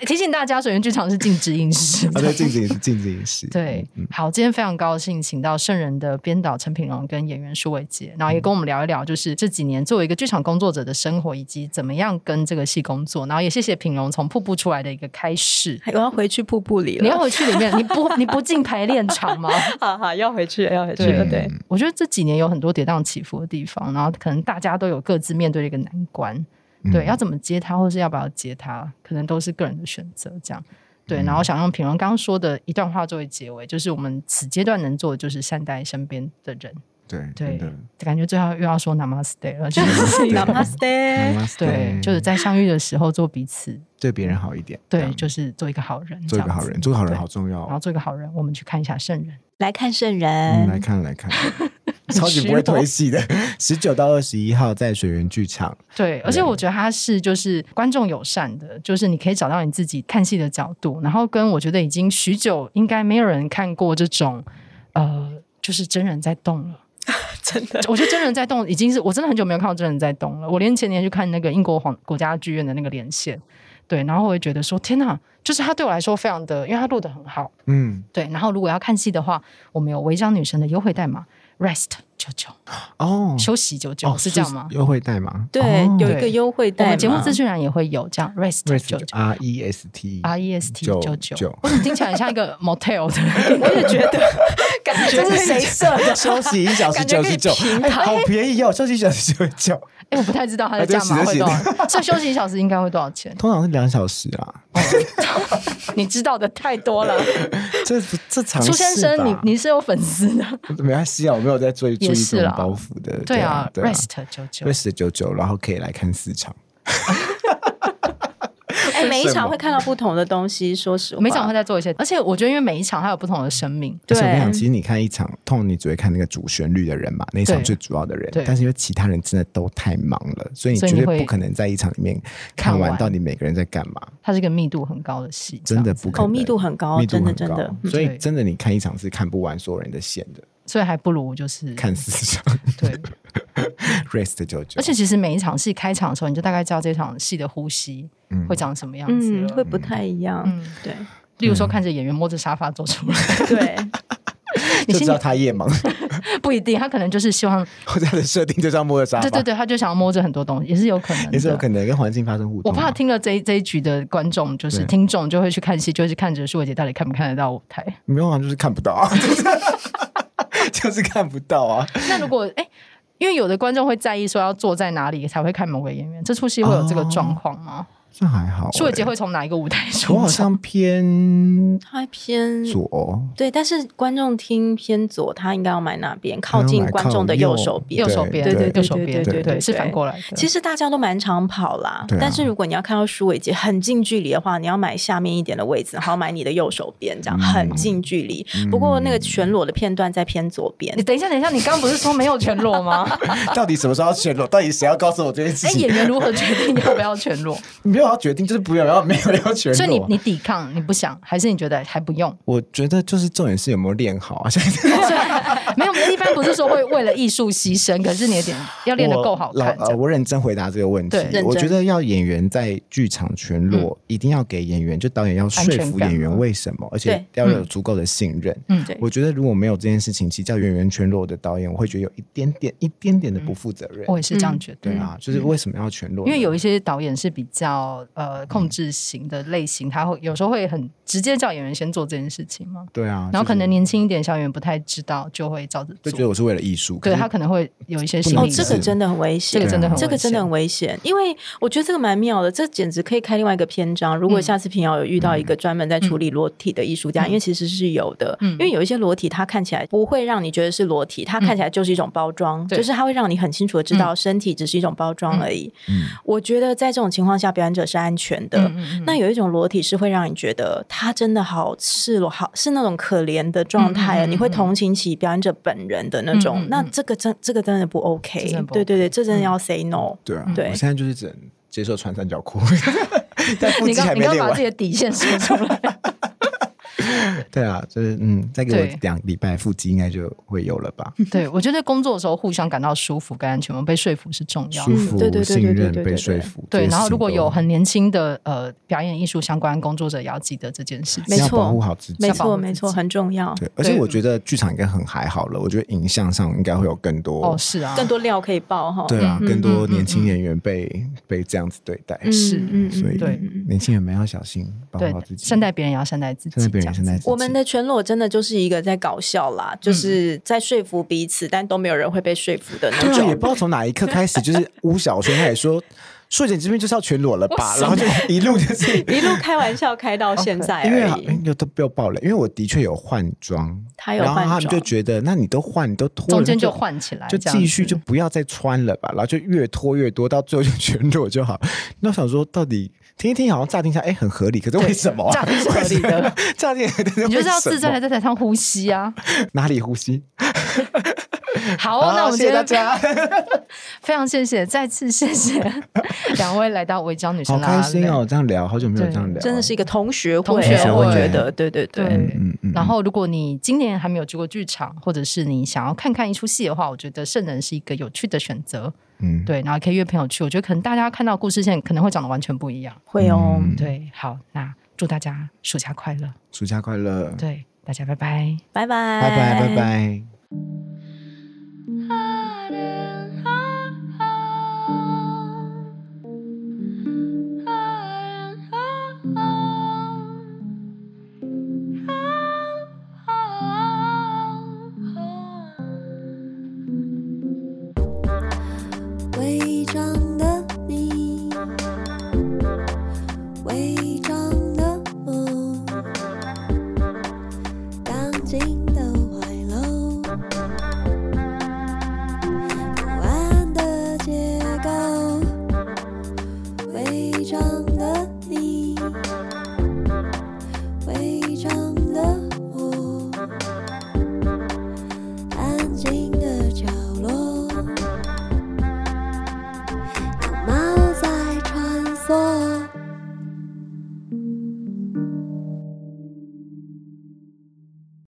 Speaker 1: 提醒大家，水源剧场是禁止饮食
Speaker 3: 啊，
Speaker 1: 的。
Speaker 3: 对，镜子也是镜子也是。
Speaker 1: 对，好，今天非常高兴请到圣人的编导陈品荣跟演员舒伟杰，然后也跟我们聊一聊，就是这几年作为一个剧场工作者的生活，以及怎么样跟这个戏工作。然后也谢谢品荣从瀑布出来的一个开始。
Speaker 2: 哎我要回去瀑布里
Speaker 1: 你要
Speaker 2: 了。
Speaker 1: 回去里面，你不你不进排练场吗？
Speaker 2: 好好，要回去了，要回去了。
Speaker 1: 对
Speaker 2: 对，
Speaker 1: 我觉得这几年有很多跌宕起伏的地方，然后可能大家都有各自面对的一个难关，
Speaker 3: 嗯
Speaker 1: 对，要怎么接它，或是要不要接它，可能都是个人的选择，这样。对，
Speaker 3: 嗯
Speaker 1: 然后想用品荣刚刚说的一段话作为结尾，就是我们此阶段能做的就是善待身边的人。
Speaker 3: 对
Speaker 1: 对
Speaker 3: 真的，
Speaker 1: 感觉最后又要说 Namaste 了， 就是
Speaker 3: 对
Speaker 2: Namaste，
Speaker 3: Namaste
Speaker 1: 对，就是在相遇的时候做彼此，
Speaker 3: 对别人好一点，这
Speaker 1: 对，
Speaker 3: 样
Speaker 1: 就是做一个好人，
Speaker 3: 做一
Speaker 1: 这
Speaker 3: 个
Speaker 1: 样
Speaker 3: 好
Speaker 1: 子
Speaker 3: 人，做个好人
Speaker 1: 对
Speaker 3: 好重要
Speaker 1: 然后
Speaker 3: 哦。
Speaker 1: 做一个好人，我们去看一下圣人。
Speaker 2: 来看圣
Speaker 3: 嗯，来
Speaker 2: 人，
Speaker 3: 看来看， 超级不会推戏 的。十九到二十一号在水源剧场，
Speaker 1: 对，而且我觉得它是就是观众友善的，就是你可以找到你自己看戏的角度，然后跟我觉得已经许久应该没有人看过这种呃，就是真人在动了。
Speaker 2: 真的
Speaker 1: 我觉得真人在动已经是我真的很久没有看到真人在动了。我连前年去看那个英国皇国家剧院的那个连线，对，然后我也觉得说天哪，就是它对我来说非常的，因为它录的很好，
Speaker 3: 嗯，
Speaker 1: 对。然后如果要看戏的话，我们有违章女神的优惠代码 rest 九九
Speaker 3: 哦，
Speaker 1: 休息九九、
Speaker 3: 哦，
Speaker 1: 是这样吗？
Speaker 3: 优惠哦代码，
Speaker 2: 对，有一个优惠
Speaker 1: 我
Speaker 2: 代码。
Speaker 1: 们节目资讯栏也会有这样 rest 九九
Speaker 3: R E S T
Speaker 1: R E S T
Speaker 3: 九
Speaker 1: 九
Speaker 3: 九
Speaker 1: 九，我怎么听起来很像一个 motel 的？我也觉得，感觉
Speaker 2: 这是谁设 的？
Speaker 3: 休息一小时
Speaker 1: 感觉
Speaker 3: 九
Speaker 1: 可
Speaker 3: 十
Speaker 1: 以
Speaker 3: 九，哎，好便宜哦，休息一小时九十九，
Speaker 1: 哎，我不太知道它的
Speaker 3: 哎对
Speaker 1: 价
Speaker 3: 不起
Speaker 1: 码会
Speaker 3: 对
Speaker 1: 多
Speaker 3: 不
Speaker 1: 少，
Speaker 3: 起
Speaker 1: 所以休息一小时应该会多少钱？
Speaker 3: 通常是两小时啊。
Speaker 1: 你知道的太多了，
Speaker 3: 这这 常
Speaker 1: 苏先生，你你是有粉丝的，
Speaker 3: 你没关系啊，我没有在追注
Speaker 1: 也
Speaker 3: 意
Speaker 1: 是
Speaker 3: 这种
Speaker 1: 啦
Speaker 3: 包袱的。
Speaker 1: 对啊
Speaker 3: 对啊
Speaker 1: ，rest 九九
Speaker 3: rest 九九，然后可以来看四场。
Speaker 2: 哎，每一场会看到不同的东西。说实话，
Speaker 1: 每一场会再做一些，而且我觉得因为每一场它有不同的生命，
Speaker 3: 而且我跟你讲，
Speaker 2: 对
Speaker 3: 其实你看一场，通常你只会看那个主旋律的人嘛，那一场
Speaker 1: 对
Speaker 3: 最主要的人
Speaker 1: 对。
Speaker 3: 但是因为其他人真的都太忙了，所以你
Speaker 1: 所以
Speaker 3: 绝
Speaker 1: 你会
Speaker 3: 对不可能在一场里面看
Speaker 1: 看
Speaker 3: 完
Speaker 1: 完
Speaker 3: 到底每个人在干嘛，
Speaker 1: 它是一个密度很高的戏，
Speaker 3: 真
Speaker 1: 这
Speaker 3: 的
Speaker 1: 样子
Speaker 3: 不可能。
Speaker 2: 哦密度很高
Speaker 3: 密度
Speaker 2: 真的
Speaker 3: 很
Speaker 2: 真
Speaker 3: 高
Speaker 2: 的
Speaker 3: 所以
Speaker 1: 对
Speaker 3: 真的你看一场是看不完所有人的线的，
Speaker 1: 所以还不如就是
Speaker 3: 看四场
Speaker 1: 对。
Speaker 3: rest 九九。
Speaker 1: 而且其实每一场戏开场的时候，你就大概知道这场戏的呼吸会长什么样子
Speaker 2: 嗯，
Speaker 1: 了
Speaker 2: 会不太一样。
Speaker 1: 嗯
Speaker 2: 对
Speaker 1: 例如说看着演员摸着沙发走出来，
Speaker 2: 对，
Speaker 3: 就知道他夜盲，
Speaker 1: 不一定，他可能就是希望，
Speaker 3: 或者他的设定就是要摸着沙发，
Speaker 1: 对对，对，他就想要摸着很多东西，也是有可能的，
Speaker 3: 也是有可能跟环境发生互
Speaker 1: 我
Speaker 3: 动啊。
Speaker 1: 怕听了这一这一局的观众，就是
Speaker 3: 对
Speaker 1: 听众就会去看戏，就会去看着舒伟姐到底看不看得到舞台。
Speaker 3: 没有啊，就是看不到啊， 就是看不到 啊。
Speaker 1: 那如果哎、因为有的观众会在意说要坐在哪里才会看某个演员，这出戏会有这个状况吗？
Speaker 3: 这还好、欸。
Speaker 1: 舒伟姐会从哪一个舞台
Speaker 3: 我
Speaker 1: 出
Speaker 3: 好
Speaker 1: 场？
Speaker 3: 像偏
Speaker 2: 它偏
Speaker 3: 左，
Speaker 2: 对，但是观众厅偏左，他应该要买哪边？靠
Speaker 3: 要
Speaker 2: 近
Speaker 3: 买
Speaker 2: 观
Speaker 3: 靠
Speaker 2: 众的
Speaker 3: 右
Speaker 2: 右手边。
Speaker 1: 右手边，
Speaker 2: 对对对
Speaker 1: 右手边，
Speaker 2: 对对对对
Speaker 1: 是
Speaker 2: 对
Speaker 1: 反过来的。
Speaker 2: 其实大家都蛮常跑啦，
Speaker 3: 对啊
Speaker 2: 但是如果你要看到舒伟杰很近距离的话，你要买下面一点的位置，然后买你的右手边，这样、
Speaker 3: 嗯
Speaker 2: 很近距离。不过那个全裸的片段在偏左边
Speaker 1: 你，等一下，等一下，你刚刚不是说没有全裸吗？
Speaker 3: 到底什么时候要全裸？到底谁要告诉我这件事
Speaker 1: 哎，演
Speaker 3: 情？
Speaker 1: 员如何决定要不要全裸？
Speaker 3: 没有要决定，就是不要要没有要全裸。
Speaker 1: 所以你你抵抗，你不想，还是你觉得还不用？
Speaker 3: 我觉得就是重点是有没有练好 啊。现在
Speaker 1: 没有，我们一般不是说会为了艺术牺牲，可是你也得要练得够好看。
Speaker 3: 老
Speaker 1: 这
Speaker 3: 呃，
Speaker 1: 样
Speaker 3: 我认真回答这个问题
Speaker 1: 对认。嗯
Speaker 2: 真
Speaker 3: 我觉得要演员在剧场全裸，一定要给演员，就导演要说
Speaker 1: 安全
Speaker 3: 服
Speaker 1: 感
Speaker 3: 演员为什么，而且要有足够的信任。
Speaker 1: 嗯
Speaker 2: 对
Speaker 3: 我觉得如果没有这件事情，其实叫演员全裸的导演，我会觉得有一点点、一点点的不负责任。
Speaker 1: 我也是这样觉得
Speaker 3: 对。啊，就是为什么要全裸
Speaker 1: 嗯
Speaker 3: 呢？
Speaker 1: 因为有一些导演是比较呃控制型的类型，他会有时候会很直接叫演员先做这件事情嘛，
Speaker 3: 对啊，
Speaker 1: 然后可能
Speaker 3: 你
Speaker 1: 年轻一点小演员不太知道，就会照着
Speaker 3: 就觉
Speaker 1: 做。
Speaker 3: 得我是为了艺术，
Speaker 1: 对
Speaker 3: 可是
Speaker 1: 他可能会有一些心
Speaker 3: 不
Speaker 2: 哦
Speaker 1: 理
Speaker 3: 能，
Speaker 1: 的，
Speaker 2: 这个真的很危险，
Speaker 1: 这个真的很危
Speaker 2: 这
Speaker 1: 险
Speaker 2: 个真的很危险，因为我觉得这个蛮妙的，这简直可以开另外一个篇章。如果下次平遥有遇到一个专门在处理裸体的艺术家，因为其实是有的，
Speaker 1: 嗯
Speaker 2: 因为有一些裸体它看起来不会让你觉得是裸体，它看起来就是一种包装，
Speaker 1: 对
Speaker 2: 就是它会让你很清楚的知道身体只是一种包装而已。
Speaker 3: 嗯
Speaker 2: 我觉得在这种情况下，表演者是安全的。
Speaker 1: 嗯嗯嗯
Speaker 2: 那有一种裸体是会让你觉得他真的好赤裸，好是那种可怜的状态，啊
Speaker 1: 嗯嗯嗯
Speaker 2: 你会同情起表演者本人的那种。
Speaker 1: 嗯嗯嗯
Speaker 2: 那这个真这个真的不 OK，
Speaker 1: 这真的不 OK 嗯
Speaker 2: 对对对，这真的要 say no。
Speaker 3: 对啊，
Speaker 2: 对
Speaker 3: 我现在就是只能接受穿三角 裤，但腹
Speaker 1: 你
Speaker 3: 肌
Speaker 1: 刚
Speaker 3: 还
Speaker 1: 你
Speaker 3: 没
Speaker 1: 刚
Speaker 3: 练
Speaker 1: 把自己
Speaker 3: 完。
Speaker 1: 的底线说出来，
Speaker 3: 对啊，就是嗯，再给我
Speaker 1: 对嗯
Speaker 3: 两礼拜，腹肌应该就会有了吧？
Speaker 1: 对我觉得工作的时候互相感到舒服跟安全，我们被说服是重要的
Speaker 3: 舒。服
Speaker 2: 对对对对、
Speaker 3: 信
Speaker 2: 对对
Speaker 3: 任、
Speaker 2: 对
Speaker 3: 被
Speaker 2: 对
Speaker 3: 说
Speaker 2: 对
Speaker 3: 服。这
Speaker 1: 对，
Speaker 3: 些
Speaker 1: 然后
Speaker 3: 事情
Speaker 1: 如果
Speaker 3: 都
Speaker 1: 有很年轻的呃表演艺术相关工作者，也要记得这件事情
Speaker 2: 没。
Speaker 3: 要
Speaker 2: 错
Speaker 3: 保护好自己
Speaker 2: 没
Speaker 1: 要。保护
Speaker 2: 错
Speaker 1: 自己
Speaker 2: 没错，很重要，
Speaker 3: 对，而且
Speaker 1: 对
Speaker 3: 我觉得剧场应该很还好了，我觉得影像上应该会有更多
Speaker 1: 哦，，是啊，
Speaker 2: 更多料可以爆哈。
Speaker 3: 对啊，
Speaker 1: 嗯
Speaker 3: 更多
Speaker 1: 嗯嗯
Speaker 3: 年轻
Speaker 1: 嗯
Speaker 3: 演员被被这样子对待，
Speaker 2: 嗯，
Speaker 1: 是
Speaker 2: 嗯
Speaker 3: 所以
Speaker 1: 对
Speaker 3: 年轻人们要小心，保护
Speaker 1: 对
Speaker 3: 好自，己，
Speaker 1: 善待别人也要善待自己，
Speaker 3: 善待别人，
Speaker 1: 这
Speaker 3: 善
Speaker 1: 样子
Speaker 3: 待自己。
Speaker 2: 我们的全裸真的就是一个在搞笑啦，
Speaker 1: 嗯
Speaker 2: 就是在说服彼此，但都没有人会被说服的
Speaker 3: 对
Speaker 2: 那
Speaker 3: 啊，也
Speaker 2: 种。
Speaker 3: 不知道从哪一刻开始，就是巫小轩开始说， 硕姐这边就是要全裸了吧，然后就一路就是，
Speaker 2: 一路开玩笑开
Speaker 1: 哦
Speaker 2: 到现在
Speaker 3: 因为
Speaker 2: 而
Speaker 3: 啊
Speaker 2: 已。
Speaker 3: 哎又都不要爆了，因为我的确有换装，
Speaker 2: 他有
Speaker 3: 然后
Speaker 2: 换
Speaker 3: 他们就
Speaker 2: 装
Speaker 3: 觉得，那你都换，你都脱了，
Speaker 1: 中间
Speaker 3: 那
Speaker 1: 就换起来，
Speaker 3: 就
Speaker 1: 这样
Speaker 3: 继续
Speaker 1: 子
Speaker 3: 就不要再穿了吧，然后就越拖越多，到最后就全裸就好。 那我想说，到底听一听，好像乍听下，哎，很合理，可 是为什么啊？
Speaker 1: 乍听是合理的
Speaker 3: 为什么， 乍听
Speaker 1: 你就是要
Speaker 3: 自
Speaker 1: 自在的在台上呼吸啊！
Speaker 3: 哪里呼吸？
Speaker 1: 好，
Speaker 3: 好
Speaker 1: 哦那我们
Speaker 3: 谢
Speaker 1: 今
Speaker 3: 谢大
Speaker 1: 天
Speaker 3: 家，
Speaker 1: 非常谢谢，再次谢谢两位来到违章女
Speaker 3: 好
Speaker 1: 生啦
Speaker 3: 开
Speaker 1: 啦
Speaker 3: 心
Speaker 1: 队！
Speaker 3: 哦，这样聊，好久没有这样聊了，
Speaker 2: 真的是一个同学会，
Speaker 1: 同学
Speaker 3: 会
Speaker 2: 我觉得，对对对。
Speaker 1: 对
Speaker 3: 嗯嗯
Speaker 1: 然后，如果你今年还没有去过剧场，或者是你想要看看一出戏的话，我觉得《圣人》是一个有趣的选择。
Speaker 3: 嗯，
Speaker 1: 对，然后可以约朋友去。我觉得可能大家看到故事线可能会长得完全不一样。
Speaker 2: 会哦，
Speaker 3: 嗯
Speaker 1: 对，好，那祝大家暑假快乐！
Speaker 3: 暑假快乐，
Speaker 1: 对，大家拜拜。
Speaker 2: 拜拜，
Speaker 3: 拜拜拜。拜。
Speaker 4: 违章的你，违